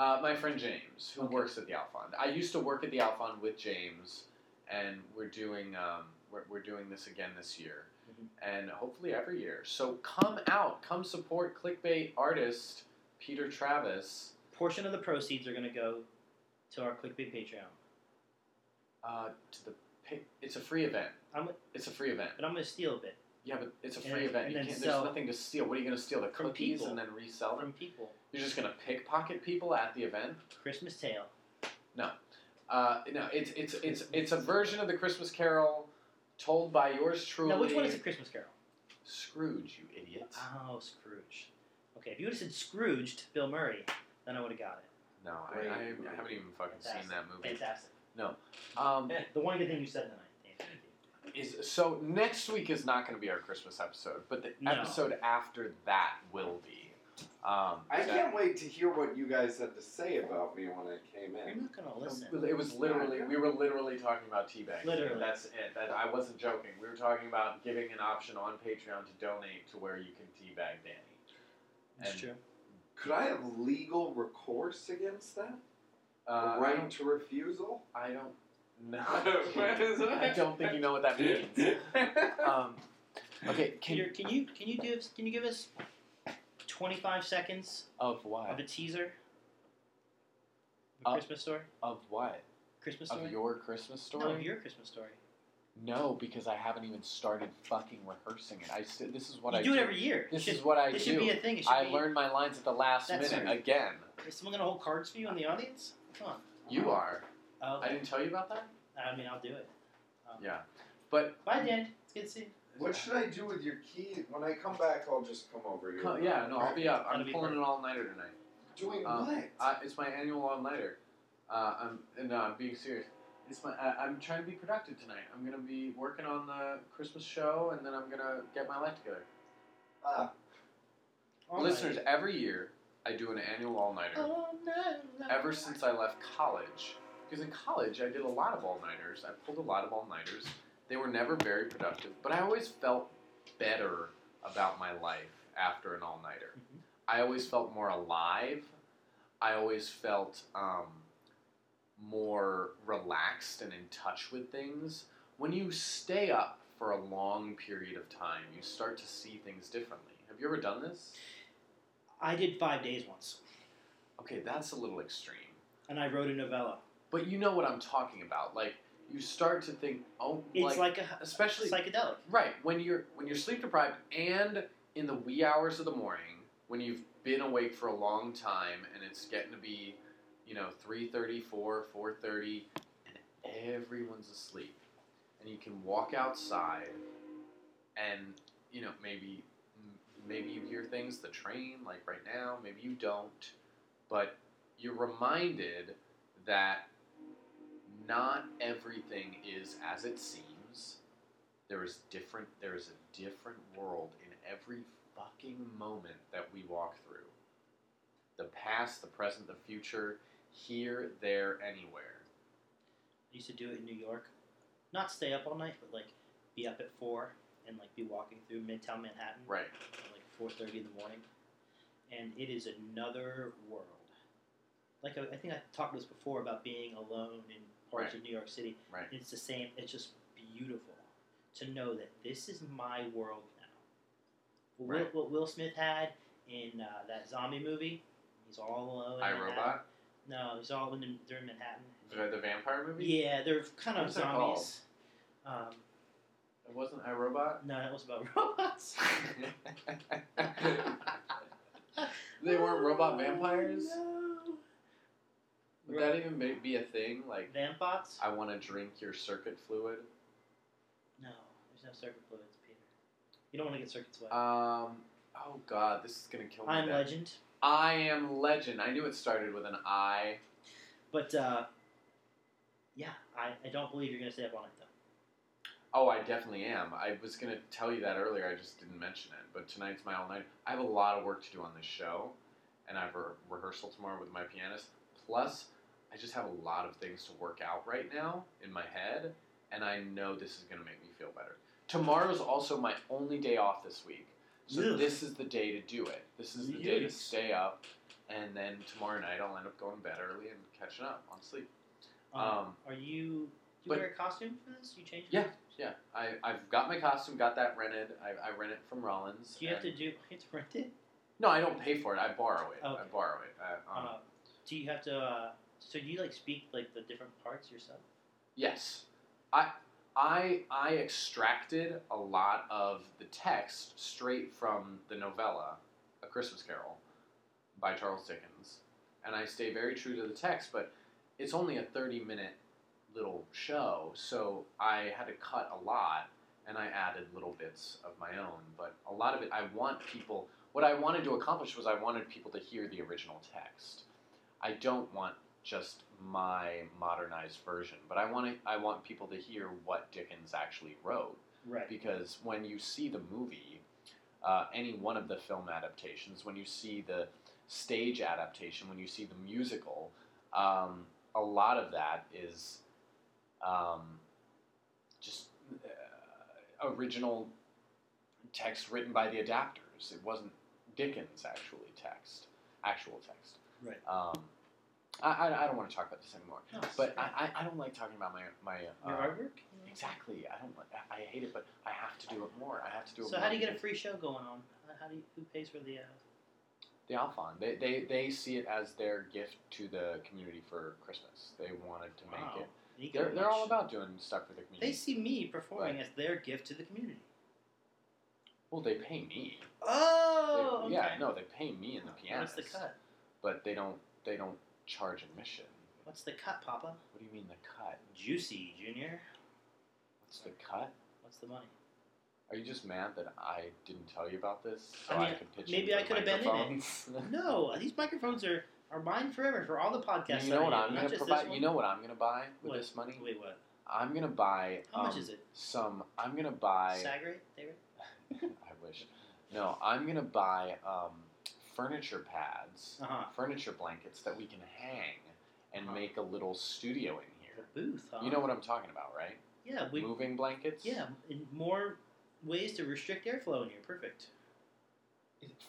B: Uh, my friend James, who
C: Okay.
B: works at the Alfond. I used to work at the Alfond with James, and we're doing um, we're, we're doing this again this year,
C: Mhm.
B: and hopefully every year. So come out, come support clickbait artist Peter Travis.
C: Portion of the proceeds are gonna go to our clickbait Patreon.
B: Uh, to the pa- it's a free event.
C: I'm-
B: it's a free event.
C: But I'm gonna steal a bit
B: Yeah, but it's a
C: And-
B: free event.
C: and
B: You
C: then
B: can't,
C: sell
B: there's nothing to steal. What are you going to steal? The
C: from
B: cookies
C: people.
B: and then resell them?
C: from people.
B: You're just going to pickpocket people at the event?
C: Christmas Tale.
B: Uh, no, it's it's it's it's a version of the Christmas Carol told by yours truly.
C: Now, which one is a Christmas Carol?
B: Scrooge, you idiot.
D: Ah,
C: Oh, Scrooge. Okay, if you would have said Scrooge to Bill Murray, then I would have got it.
B: No, I, I,
D: Great
B: I
D: movie.
B: haven't even fucking seen that movie.
C: Fantastic.
B: Um,
C: The one good thing you said tonight. Dan, thank you.
B: is so next week is not going to be our Christmas episode, but the
C: No.
B: episode after that will be. Um,
D: I
B: that-
D: can't wait to hear what you guys had to say about me when I came
C: You're
D: in.
C: not gonna listen.
B: It was literally we were literally talking about teabagging.
C: Literally.
B: that's it. That I wasn't joking. We were talking about giving an option on Patreon to donate to where you can teabag Danny.
C: That's
B: and-
C: true.
D: Could I have legal recourse against that?
B: Uh,
D: A right to refusal?
B: I don't know.
D: What is that?
B: I don't think you know what that means. Um, okay, can
C: Peter, can you can you give can you give us twenty five seconds
B: of what?
C: of a teaser? Of a
B: Uh,
C: Christmas story.
B: Of what?
C: Christmas story.
B: Of your Christmas story?
C: No, of your Christmas story.
B: No, because I haven't even started fucking rehearsing it. I st- this is what
C: you
B: I
C: do it every year.
B: This
C: should,
B: is what I
C: this
B: do.
C: should be a thing. It should
B: I
C: be,
B: learned my lines at the last
C: That's
B: minute
C: right.
B: again.
C: Is someone gonna hold cards for you in the audience? Come on.
B: You are.
C: Oh,
B: I didn't tell you about that.
C: I mean, I'll do it. Um,
B: Yeah, but
C: Bye, Dan. It's good to see you.
D: What should I do with your key? When I come back, I'll just come over here.
B: Co- yeah, no, I'll be up. I'm
C: That'll be
B: pulling an all nighter tonight.
D: Doing
B: Um,
D: what?
B: I, it's my annual all nighter. Uh, I'm and no, I'm being serious. It's my. I, I'm trying to be productive tonight. I'm gonna be working on the Christmas show, and then I'm gonna get my life together.
D: Ah,
C: All Oh,
B: Listeners,
C: night.
B: every year I do an annual all nighter.
C: All night long.
B: ever since I left college. Because in college, I did a lot of all nighters. I pulled a lot of all nighters. They were never very productive, but I always felt better about my life after an all nighter.
C: Mhm.
B: I always felt more alive. I always felt um, more relaxed and in touch with things. When you stay up for a long period of time, you start to see things differently. Have you ever done this?
C: I did five days once,
B: Okay, that's a little extreme.
C: and I wrote a novella.
B: But you know what I'm talking about. Like you start to think, oh,
C: It's
B: like,
C: like, a
B: especially
C: psychedelic.
B: right when you're when you're sleep deprived and in the wee hours of the morning when you've been awake for a long time and it's getting to be, you know, 3:30, 4, 4:30, and everyone's asleep, and you can walk outside, and you know maybe maybe you hear things the train like right now maybe you don't but you're reminded that not everything is as it seems there is different there is a different world in every fucking moment that we walk through the past the present the future here there anywhere
C: I used to do it in New York. Not stay up all night, but like be up at four and like be walking through Midtown Manhattan
B: right
C: at like four thirty in the morning, and it is another world. Like I, I think I talked this before about being alone in parts
B: Right.
C: of New York City.
B: Right.
C: It's the same. It's just beautiful to know that this is my world now. What,
B: Right.
C: Will, what Will Smith had in uh, that zombie movie, he's all alone. in
B: i
C: Manhattan.
B: robot
C: No, he's all in they're in Manhattan.
B: the, the vampire movie
C: Yeah, they're kind of
B: What's that
C: zombies. Um,
B: it wasn't i robot
C: no, that was about robots.
B: they weren't robot
C: Oh,
B: vampires
C: No.
B: would that even ma- be a thing like
C: Vampots?
B: i want to drink your circuit fluid
C: No, there's no circuit fluids, Peter. You don't want to get circuits wet.
B: um Oh God, this is gonna kill me.
C: I'm
B: then.
C: Legend.
B: I am legend. I knew it started with an I.
C: But uh, yeah, I, I don't believe you're gonna stay up all night though.
B: Oh, I definitely am. I was gonna tell you that earlier. I just didn't mention it. But tonight's my all night. I have a lot of work to do on this show, and I have a rehearsal tomorrow with my pianist. Plus, I just have a lot of things to work out right now in my head, and I know this is gonna make me feel better. Tomorrow's also my only day off this week, so
C: Ugh.
B: this is the day to do it. This is the day to
C: Yikes.
B: stay up, and then tomorrow night I'll end up going to bed early and catching up on sleep. Um,
C: are you? Do you
B: but-
C: wear a costume for this? You change?
B: Yeah. Yeah, I, I've got my costume, got that rented. I, I rent it from Rollins.
C: Do you have
B: and-
C: to do? You have to rent it.
B: No, I don't pay for it. I borrow it. I
C: Okay.
B: borrow it. I, um,
C: Uh, do you have to? Uh, so do you like speak like the different parts yourself?
B: yes, I I I extracted a lot of the text straight from the novella, A Christmas Carol, by Charles Dickens, and I stay very true to the text. But it's only a thirty-minute little show, so I had to cut a lot, and I added little bits of my own. But a lot of it, I want people. What I wanted to accomplish was I wanted people to hear the original text. I don't want just my modernized version, but I want to, I want people to hear what Dickens actually wrote
C: Right.
B: because when you see the movie, uh, any one of the film adaptations, when you see the stage adaptation, when you see the musical, um, a lot of that is um, just uh, original text written by the adapters. It wasn't Dickens' actually text, actual text.
C: Right.
B: Um, I, I, I don't want to talk about this anymore.
C: No,
B: But I, I, I don't like talking about my my.
C: your
B: uh,
C: artwork.
B: Exactly. I don't. want- I I hate it, but I have to do it more. I have to do it.
C: So
B: more.
C: how do you get a free show going on? How- How do you, who pays for the? Uh,
B: the Alphon? They, they they see it as their gift to the community for Christmas. They wanted to make
C: wow.
B: it.
C: They go
B: They're, they're all
C: much.
B: about doing stuff for the community.
C: They see me performing as their gift to the community.
B: well, they pay me. They-
C: Oh.
B: Yeah, no, they pay me and the pianist.
C: What's the cut?
B: But they don't they don't charge admission.
C: What's the cut, Papa?
B: What do you mean the cut?
C: Juicy Junior.
B: What's the cut?
C: What's the money?
B: Are you just mad that I didn't tell you about this so
C: I
B: I,
C: mean,
B: could pitch
C: maybe
B: in
C: I
B: for
C: coulda been in it.
B: microphones?
C: No, these microphones are, are mine forever for all the podcasts.
B: you know
C: that
B: what
C: I do,
B: I'm
C: not
B: gonna
C: just this
B: provide?
C: one.
B: You know what I'm gonna buy with
C: What?
B: this money?
C: Wait, what?
B: I'm gonna buy.
C: How much
B: um,
C: is it?
B: Some. I'm gonna buy.
C: Sag rate? Day rate?
B: I wish. No, I'm gonna buy um, furniture pads,
C: Uh huh.
B: furniture blankets that we can hang and
C: Uh-huh.
B: make a little studio in here.
C: The booth. Huh?
B: You know what I'm talking about, right?
C: Yeah, we.
B: Moving blankets.
C: Yeah, and more ways to restrict airflow in here. Perfect.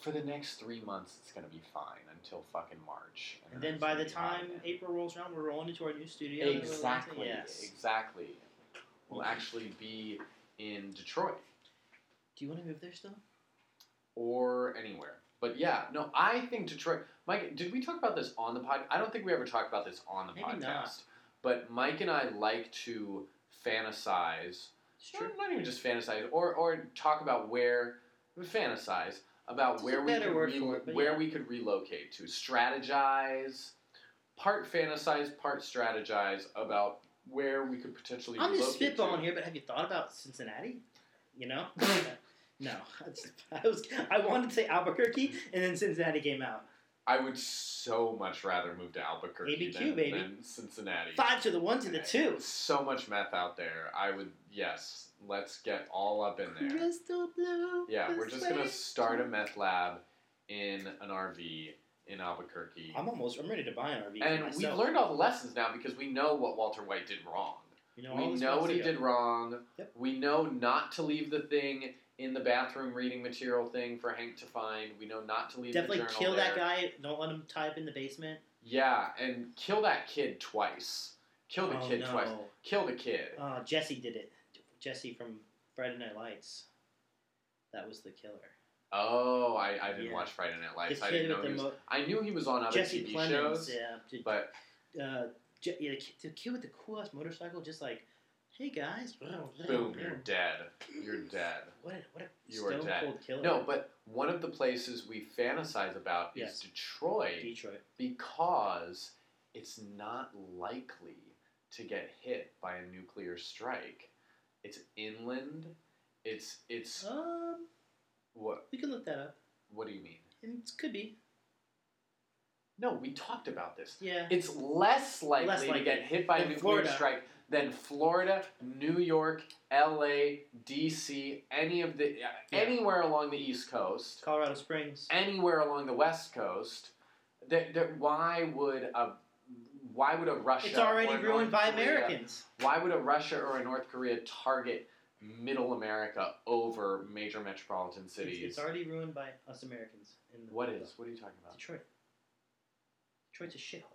B: For the next three months, it's gonna be fine until fucking March.
C: And then
B: it's
C: by
B: gonna
C: the
B: be hot
C: time
B: again.
C: April rolls around, we're rolling into our new studio.
B: Exactly.
C: Yes.
B: Exactly. We'll actually be in Detroit.
C: Do you want to move there still?
B: or anywhere. But yeah, no, I think Detroit. Mike, did we talk about this on the pod? I don't think we ever talked about this on the
C: Maybe
B: podcast.
C: not.
B: But Mike and I like to fantasize, or not even just fantasize, or or talk about where fantasize about
C: That's a
B: where we
C: better
B: could
C: word
B: re-
C: for it, but
B: where
C: yeah.
B: we could relocate to, strategize, part fantasize, part strategize about where we could potentially.
C: I'm just
B: relocate to.
C: spitballing here, but have you thought about Cincinnati? You know? no. I was I wanted to say Albuquerque, and then Cincinnati came out.
B: I would so much rather move to Albuquerque
C: ABQ,
B: than,
C: baby.
B: than Cincinnati.
C: Five to the one to the two.
B: So much meth out there. I would yes. Let's get all up in there.
C: Crystal blue.
B: Yeah, we're just gonna
C: crystal-
B: start a meth lab in an RV in Albuquerque,
C: I'm almost. I'm ready to buy an RV. for
B: and we've
C: myself.
B: learned all the lessons now because we know what Walter White did wrong.
C: You know, all
B: we
C: this
B: know
C: months
B: what he
C: ago.
B: did wrong.
C: Yep.
B: We know not to leave the thing in the bathroom reading material thing for Hank to find. We know not to leave the
C: Definitely
B: journal
C: kill that
B: there.
C: guy. Don't let him tie up in the basement.
B: Yeah, and kill that kid twice. Kill the
C: oh,
B: kid
C: no.
B: twice. Kill the kid.
C: Uh, Jesse did it. Jesse from Friday Night Lights. That was the killer.
B: Oh, I, I didn't
C: Yeah.
B: watch Friday Night
C: The
B: Lights. I
C: kid
B: didn't know
C: with the
B: he was.
C: mo-
B: I knew he was on other
C: Jesse
B: TV
C: Plemons.
B: shows,
C: Yeah. did-
B: but
C: uh, Je- yeah, the, kid, the kid with the cool ass motorcycle, just like, hey guys,
B: boom, you're dead. You're dead.
C: What a, what a
B: You are
C: stone
B: dead.
C: cold killer.
B: No, but one of the places we fantasize about
C: Yes.
B: is Detroit
C: Detroit.
B: because it's not likely to get hit by a nuclear strike. It's inland. It's it's
C: Um,
B: what
C: we can look that up.
B: What do you mean?
C: And it could be.
B: No, we talked about this.
C: Yeah.
B: It's less likely,
C: Less likely
B: to get hit by a
C: than
B: nuclear
C: Florida.
B: strike than Florida, New York, L.A., D.C., any of the anywhere along the East Coast,
C: Colorado Springs.
B: anywhere along the West Coast. That, that why would a why would a Russia?
C: It's already
B: or North
C: ruined by
B: Korea-
C: Americans.
B: Why would a Russia or a North Korea target Middle America over major metropolitan
C: It's,
B: cities?
C: it's already ruined by us Americans. In the
B: what is? What are you talking about?
C: Detroit. Detroit's a shithole.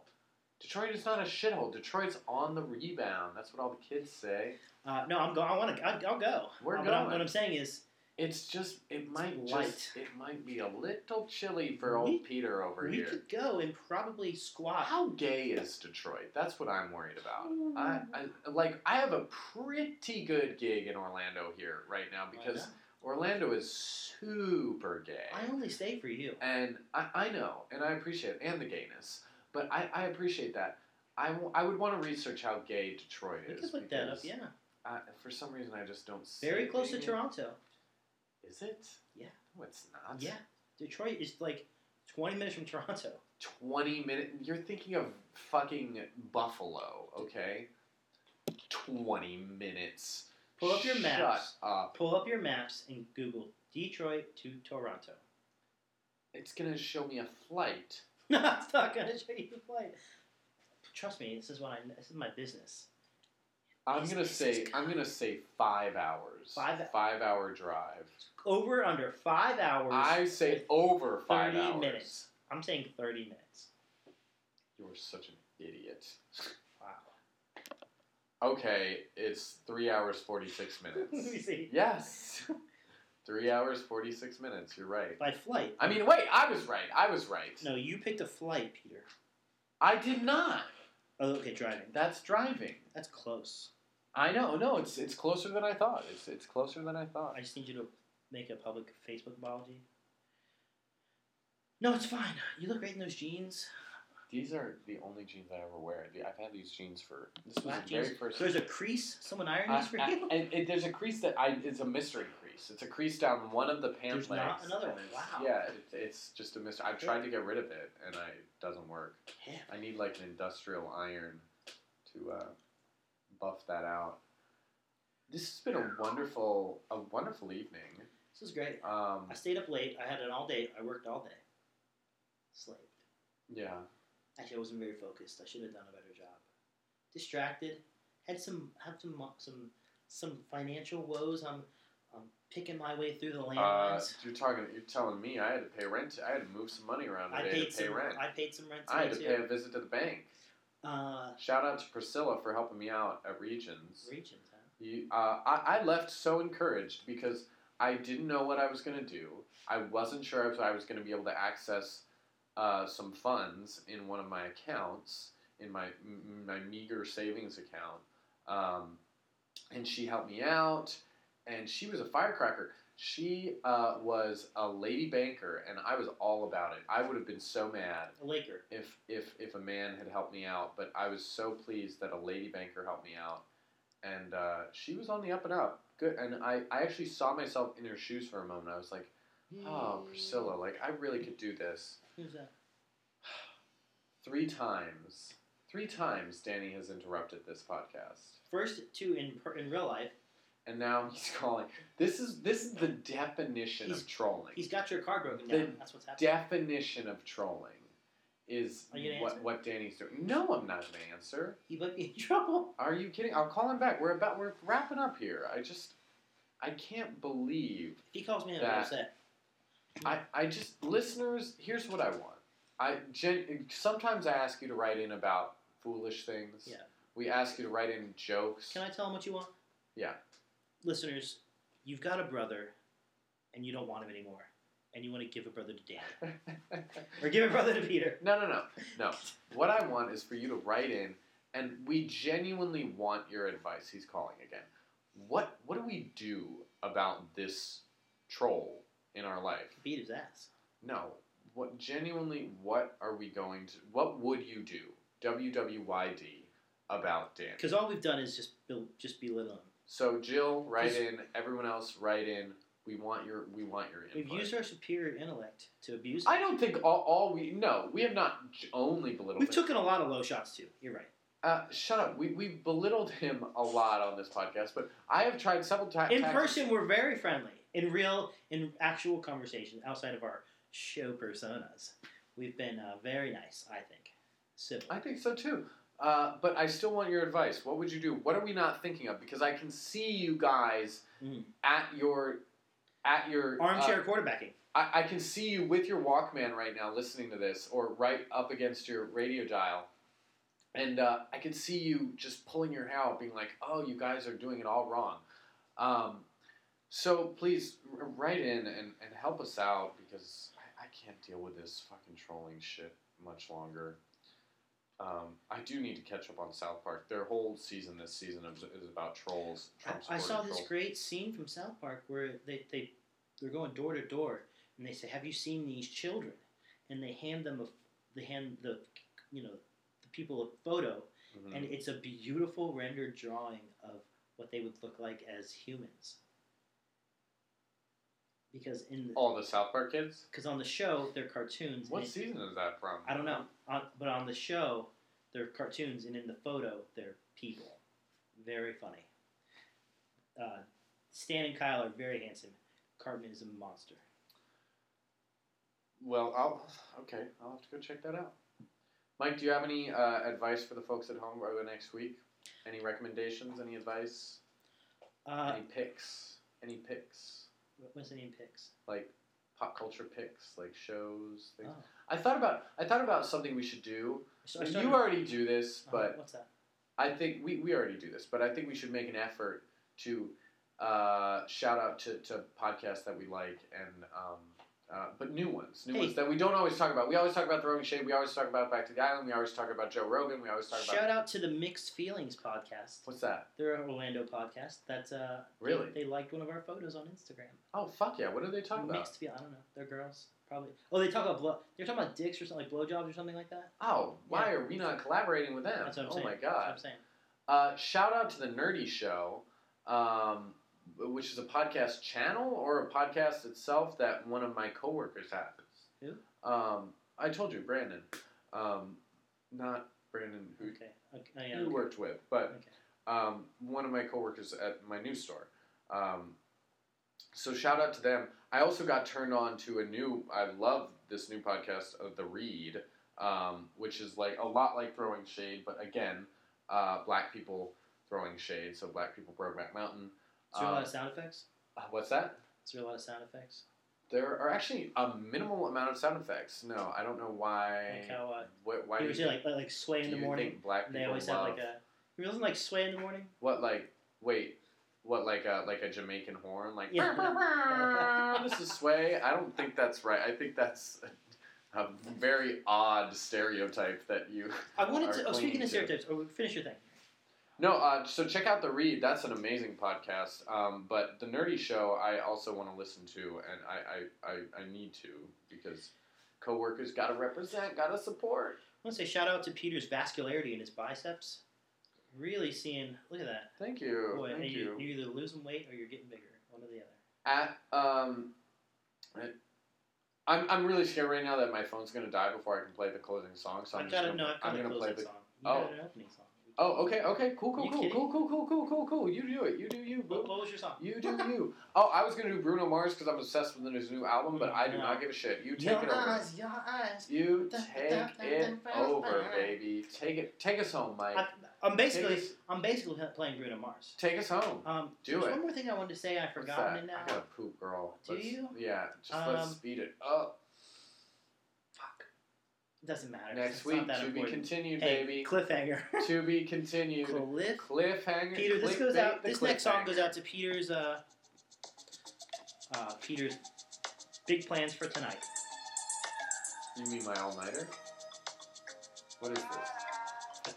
B: Detroit is not a shithole. Detroit's on the rebound. That's what all the kids say.
C: Uh, no, I'm going. I want to. I'll go.
B: We're
C: Uh, but I'm-
B: going.
C: what I'm saying is,
B: It's just it might
C: light.
B: just it might be a little chilly for old
C: We-
B: Peter over
C: we
B: here.
C: could go and probably squat.
B: How gay is Detroit? That's what I'm worried about. I, I like I have a pretty good gig in Orlando here right
C: Oh,
B: now because Orlando is super gay.
C: I only stay for you.
B: and I, I know, and I appreciate it, and the gayness, but I, I appreciate that. I, w- I would want to research how gay Detroit
C: We
B: is.
C: could look that up.
B: because
C: Yeah,
B: I, for some reason, I just don't see
C: very
B: it
C: close to
B: being-
C: Toronto.
B: Is it?
C: Yeah.
B: No, it's not.
C: Yeah, Detroit is like 20 minutes from Toronto.
B: 20 minute you're thinking of fucking buffalo okay 20 minutes
C: Pull up your maps.
B: shut up
C: Pull up your maps and Google Detroit to Toronto.
B: it's gonna show me a flight
C: No, it's not gonna show you the flight. Trust me, this is what I. This is my business.
B: i'm
C: This-
B: gonna
C: this
B: say
C: is
B: i'm gonna say five hours
C: Five-
B: five hour drive
C: Over under five hours.
B: i say over five
C: 30
B: hours
C: minutes. I'm saying 30 minutes.
B: you're such an idiot
C: Wow.
B: okay it's three hours 46
C: Let me
B: minutes
C: see.
B: yes three hours 46 minutes you're right
C: By flight.
B: i mean wait i was right i was right
C: No, you picked a flight, Peter.
B: i did not
C: Oh, okay, driving.
B: That's driving.
C: That's close.
B: I know. No, it's it's closer than I thought. It's it's closer than I thought.
C: I just need you to make a public Facebook apology. No, it's fine. You look great in those jeans.
B: These are the only jeans I ever wear. The- I've had these jeans for this was
C: Black
B: the very
C: jeans.
B: first.
C: There's a crease. Someone ironed
B: I-
C: these for
B: I-
C: you.
B: and it- there's a crease that I it's a mystery crease. It's a crease down one of the pant
C: There's
B: legs.
C: not another
B: and
C: one.
B: it's-
C: Wow.
B: Yeah, it, it's just a mystery. I've tried to get rid of it and I, it doesn't work.
C: Yeah.
B: I need like an industrial iron to uh, buff that out. This has been a wonderful a wonderful evening.
C: This is great.
B: Um,
C: I stayed up late. I had an all day. I worked all day. Slaved.
B: yeah.
C: Actually, I wasn't very focused. I should have done a better job. Distracted. Had some had some mo- some some financial woes. I'm I'm picking my way through the
B: Uh,
C: landmines.
B: you're talking. You're telling me I had to pay rent. I had to move some money around
C: I
B: today
C: paid
B: to pay
C: some.
B: rent.
C: I paid some rent.
B: I had to
C: tonight,
B: pay
C: too.
B: a visit to the bank.
C: Uh,
B: Shout out to Priscilla for helping me out at Regions.
C: regions. Huh?
B: You, uh, I, I left so encouraged because I didn't know what I was going to do. I wasn't sure if I was going to be able to access uh, some funds in one of my accounts, in my m- my meager savings account. Um, and she helped me out, and she was a firecracker. She uh, was a lady banker, and I was all about it. I would have been so mad
C: A Laker.
B: if if if a man had helped me out, but I was so pleased that a lady banker helped me out, and uh, she was on the up and up. Good, and I, I actually saw myself in her shoes for a moment. I was like, oh, Priscilla, like I really could do this.
C: Who's that?
B: Three times, three times, Danny has interrupted this podcast,
C: First two in per, in real life.
B: and now he's calling. This is this is the definition
C: He's-
B: of trolling.
C: He's got your car broken
B: The
C: down. That's what's happening.
B: definition of trolling is
C: Are you gonna
B: what
C: answer?
B: what Danny's doing. No, I'm not gonna answer.
C: He might be in trouble.
B: Are you kidding? I'll call him back. We're about we're wrapping up here. I just I can't believe
C: If he calls me, I'm
B: That-
C: upset.
B: I I just listeners. Here's what I want. I gen, sometimes I ask you to write in about foolish things.
C: Yeah.
B: We ask you to write in jokes.
C: Can I tell him what you want?
B: Yeah.
C: Listeners, you've got a brother, and you don't want him anymore, and you want to give a brother to Dan or give a brother to Peter.
B: no, no, no, no. What I want is for you to write in, and we genuinely want your advice. He's calling again. What what do we do about this troll in our life?
C: Beat his ass.
B: No. What genuinely? What are we going to? What would you do? WWYD about Dan.
C: Because all we've done is just be, just belittle him.
B: So Jill, write
C: 'Cause-
B: in. Everyone else, write in. We want your we want your input.
C: We've used our superior intellect to abuse.
B: I don't think all, all we no we have not j- only belittled.
C: We've
B: him.
C: taken a lot of low shots too. You're right.
B: uh, shut up. We we belittled him a lot on this podcast, but I have tried several times
C: In person, we're very friendly. In real, in actual conversations outside of our show personas, we've been uh, very nice. I think. Civil.
B: I think so too. Uh, but I still want your advice. What would you do? What are we not thinking of? Because I can see you guys
C: Mm.
B: at your at your
C: Armchair
B: uh,
C: quarterbacking.
B: I, I can see you with your Walkman right now, listening to this, or right up against your radio dial, and uh, I can see you just pulling your hair out, being like, "Oh, you guys are doing it all wrong." Um, so please r- write in and, and help us out because I, I can't deal with this fucking trolling shit much longer. Um, I do need to catch up on South Park. Their whole season this season is, is about trolls. Trump
C: I, I saw
B: supporter
C: this
B: trolls.
C: great scene from South Park where they, they they're going door to door and they say, "Have you seen these children?" And they hand them a they hand the you know the people a photo,
B: Mhm.
C: and it's a beautiful rendered drawing of what they would look like as humans. Because in
B: all the South Park kids.
C: because on the show they're cartoons. and
B: What
C: it-
B: season is that from?
C: I don't know, on, but on the show, they're cartoons, and in the photo, they're people. Very funny. Uh, Stan and Kyle are very handsome. Cartman is a monster.
B: Well, I'll okay. I'll have to go check that out. Mike, do you have any uh, advice for the folks at home over the next week? Any recommendations? Any advice?
C: Uh,
B: any picks? Any picks?
C: what was the name picks?
B: Like pop culture picks, like shows. Things.
C: Oh.
B: I thought about I thought about something we should do.
C: So I started-
B: you already do this,
C: uh-huh,
B: but
C: what's that?
B: I think we, we already do this, but I think we should make an effort to uh, shout out to, to podcasts that we like and um, uh, but new ones, new
C: Hey.
B: ones that we don't always talk about. We always talk about Throwing Shade. We always talk about Back to the Island. We always talk about Joe Rogan. We always talk about
C: Shout out to the Mixed Feelings podcast.
B: what's that?
C: They're an Orlando podcast. That's uh, they-
B: Really?
C: They, liked one of our photos on Instagram.
B: Oh fuck yeah! What are they talking about?
C: Mixed feel. I don't know. They're girls, probably. Oh, they talk about blow. They're talking about dicks or something like blowjobs or something like that.
B: Oh, why are we not collaborating with them?
C: That's what I'm
B: oh
C: saying.
B: my
C: That's what
B: god!
C: I'm saying.
B: Uh, shout out to the Nerdy Show, um, which is a podcast channel or a podcast itself that one of my coworkers has. Who? Um, I told you, Brandon. Um, not Brandon, who
C: Okay. Okay. Oh, yeah,
B: you
C: okay.
B: worked with, but
C: Okay.
B: um, one of my coworkers at my new store. Um, so shout out to them. I also got turned on to a new. I love this new podcast of the Read, um, which is like a lot like Throwing Shade, but again, uh, black people throwing shade. So black people Brokeback Mountain.
C: Is there a
B: Um,
C: lot of sound effects?
B: uh, what's that?
C: Is there a lot of sound effects?
B: There are actually a minimal amount of sound effects. No, I don't know why.
C: Like how uh,
B: Wh- why
C: you
B: do
C: ever
B: you,
C: see like like- like sway in
B: do
C: the
B: you
C: morning?
B: think black people
C: They always have
B: love
C: like a. You ever listen to, like sway in the morning?
B: What like wait, what like a like a Jamaican horn like
C: Yeah.
B: this is sway. I don't think that's right. I think that's a, a very odd stereotype that you
C: I wanted
B: are
C: to. Oh, speaking
B: clinging
C: of
B: to.
C: stereotypes, oh, finish your thing.
B: No, uh, so check out the read. That's an amazing podcast. Um, but the Nerdy Show, I also want to listen to, and I I, I, I need to because coworkers got to represent, got to support.
C: I want to say shout out to Peter's vascularity in his biceps. Really seeing. Look at that.
B: Thank you.
C: Boy,
B: Oh, Thank
C: and
B: you.
C: you, are either losing weight or you're getting bigger. One or the other.
B: at um, I- I'm, I'm really scared right now that my phone's gonna die before I can play the closing song. So I'm
C: I've
B: just
C: got
B: gonna,
C: a no. I've got
B: I'm
C: a
B: gonna play
C: closing
B: the.
C: song. You
B: oh.
C: got an opening song.
B: Oh, okay, okay, cool,
C: Are
B: cool,
C: you
B: cool,
C: kidding?
B: cool, cool, cool, cool, cool, cool. You do it. You do you,
C: What,
B: boo.
C: what was your song?
B: You do you. Oh, I was gonna do Bruno Mars because I'm obsessed with his new album, but I do
C: No.
B: not give a shit. You take
C: your
B: it over.
C: eyes, your eyes.
B: You
C: Da- da-
B: take
C: da-
B: it
C: da- da-
B: over,
C: da.
B: baby. Take it. Take us home, Mike.
C: I, I'm basically.
B: Take us,
C: I'm basically playing Bruno Mars.
B: take us home.
C: Um,
B: Do
C: there's
B: it.
C: one more thing I wanted to say.
B: What's
C: I've forgotten
B: that?
C: it now.
B: I gotta poop, girl.
C: Do
B: Let's-
C: you?
B: Yeah. Just let's
C: Um,
B: speed it up.
C: It doesn't matter.
B: Next
C: it's
B: week,
C: not that
B: to be
C: important.
B: continued,
C: Hey,
B: baby.
C: cliffhanger.
B: to be continued.
C: Cliff.
B: Cliffhanger.
C: Peter, this goes
B: clickbait
C: out.
B: the
C: This next song goes
B: cliffhanger.
C: out to Peter's. Uh, uh, Peter's big plans for tonight.
B: You mean my all nighter? What is this?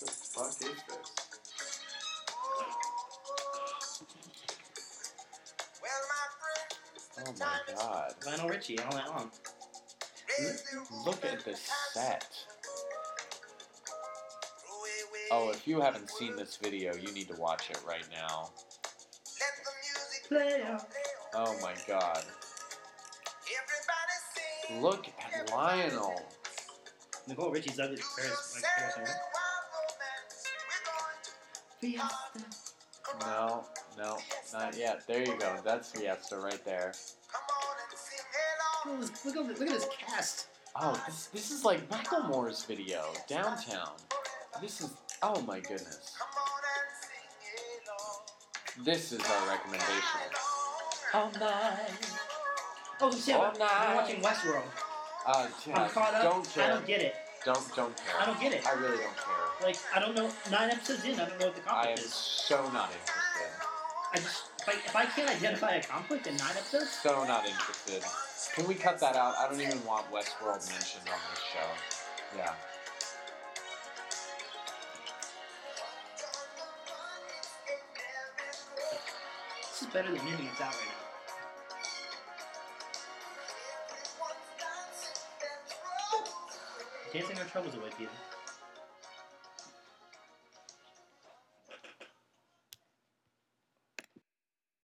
B: The fuck is this?
A: Well, my friend,
B: Oh my god.
C: Lionel Richie, all night long.
B: Look at this set. Oh, if you haven't seen this video, you need to watch it right now.
A: Let the music
C: Play on.
A: play on.
B: Oh my god.
E: Everybody sing.
B: Look at Lionel.
C: Nicole Richie's ugly
E: Do
C: Paris, like,
E: yourself
C: Paris
E: in
C: Hilton.
E: wild romance. We're going to come on,
B: No, no, not yet. There you go. That's Fiesta right there.
E: come on and sing along.
C: Look at this- Look at this- look at this cast.
B: Oh, this, this is like Macklemore's video, Downtown. This is, oh my goodness.
E: Come on and sing along.
B: This is our recommendation.
E: Come
B: All night.
C: Oh shit!
B: All
C: I've been watching
B: night.
C: Westworld.
B: Uh,
C: I'm
B: Chad,
C: caught up.
B: don't
C: I
B: care.
C: don't get it.
B: Don't, don't care.
C: I don't get it.
B: I really don't care.
C: Like I don't know. Nine episodes in, I don't know what the
B: I
C: conflict
B: am
C: is.
B: so not interested.
C: I just if I, if I can't identify a conflict in nine episodes,
B: So not interested. Can we cut that out? I don't even want Westworld mentioned on this show. Yeah.
C: this is better than anything that's out right now. Dancing our troubles away, people.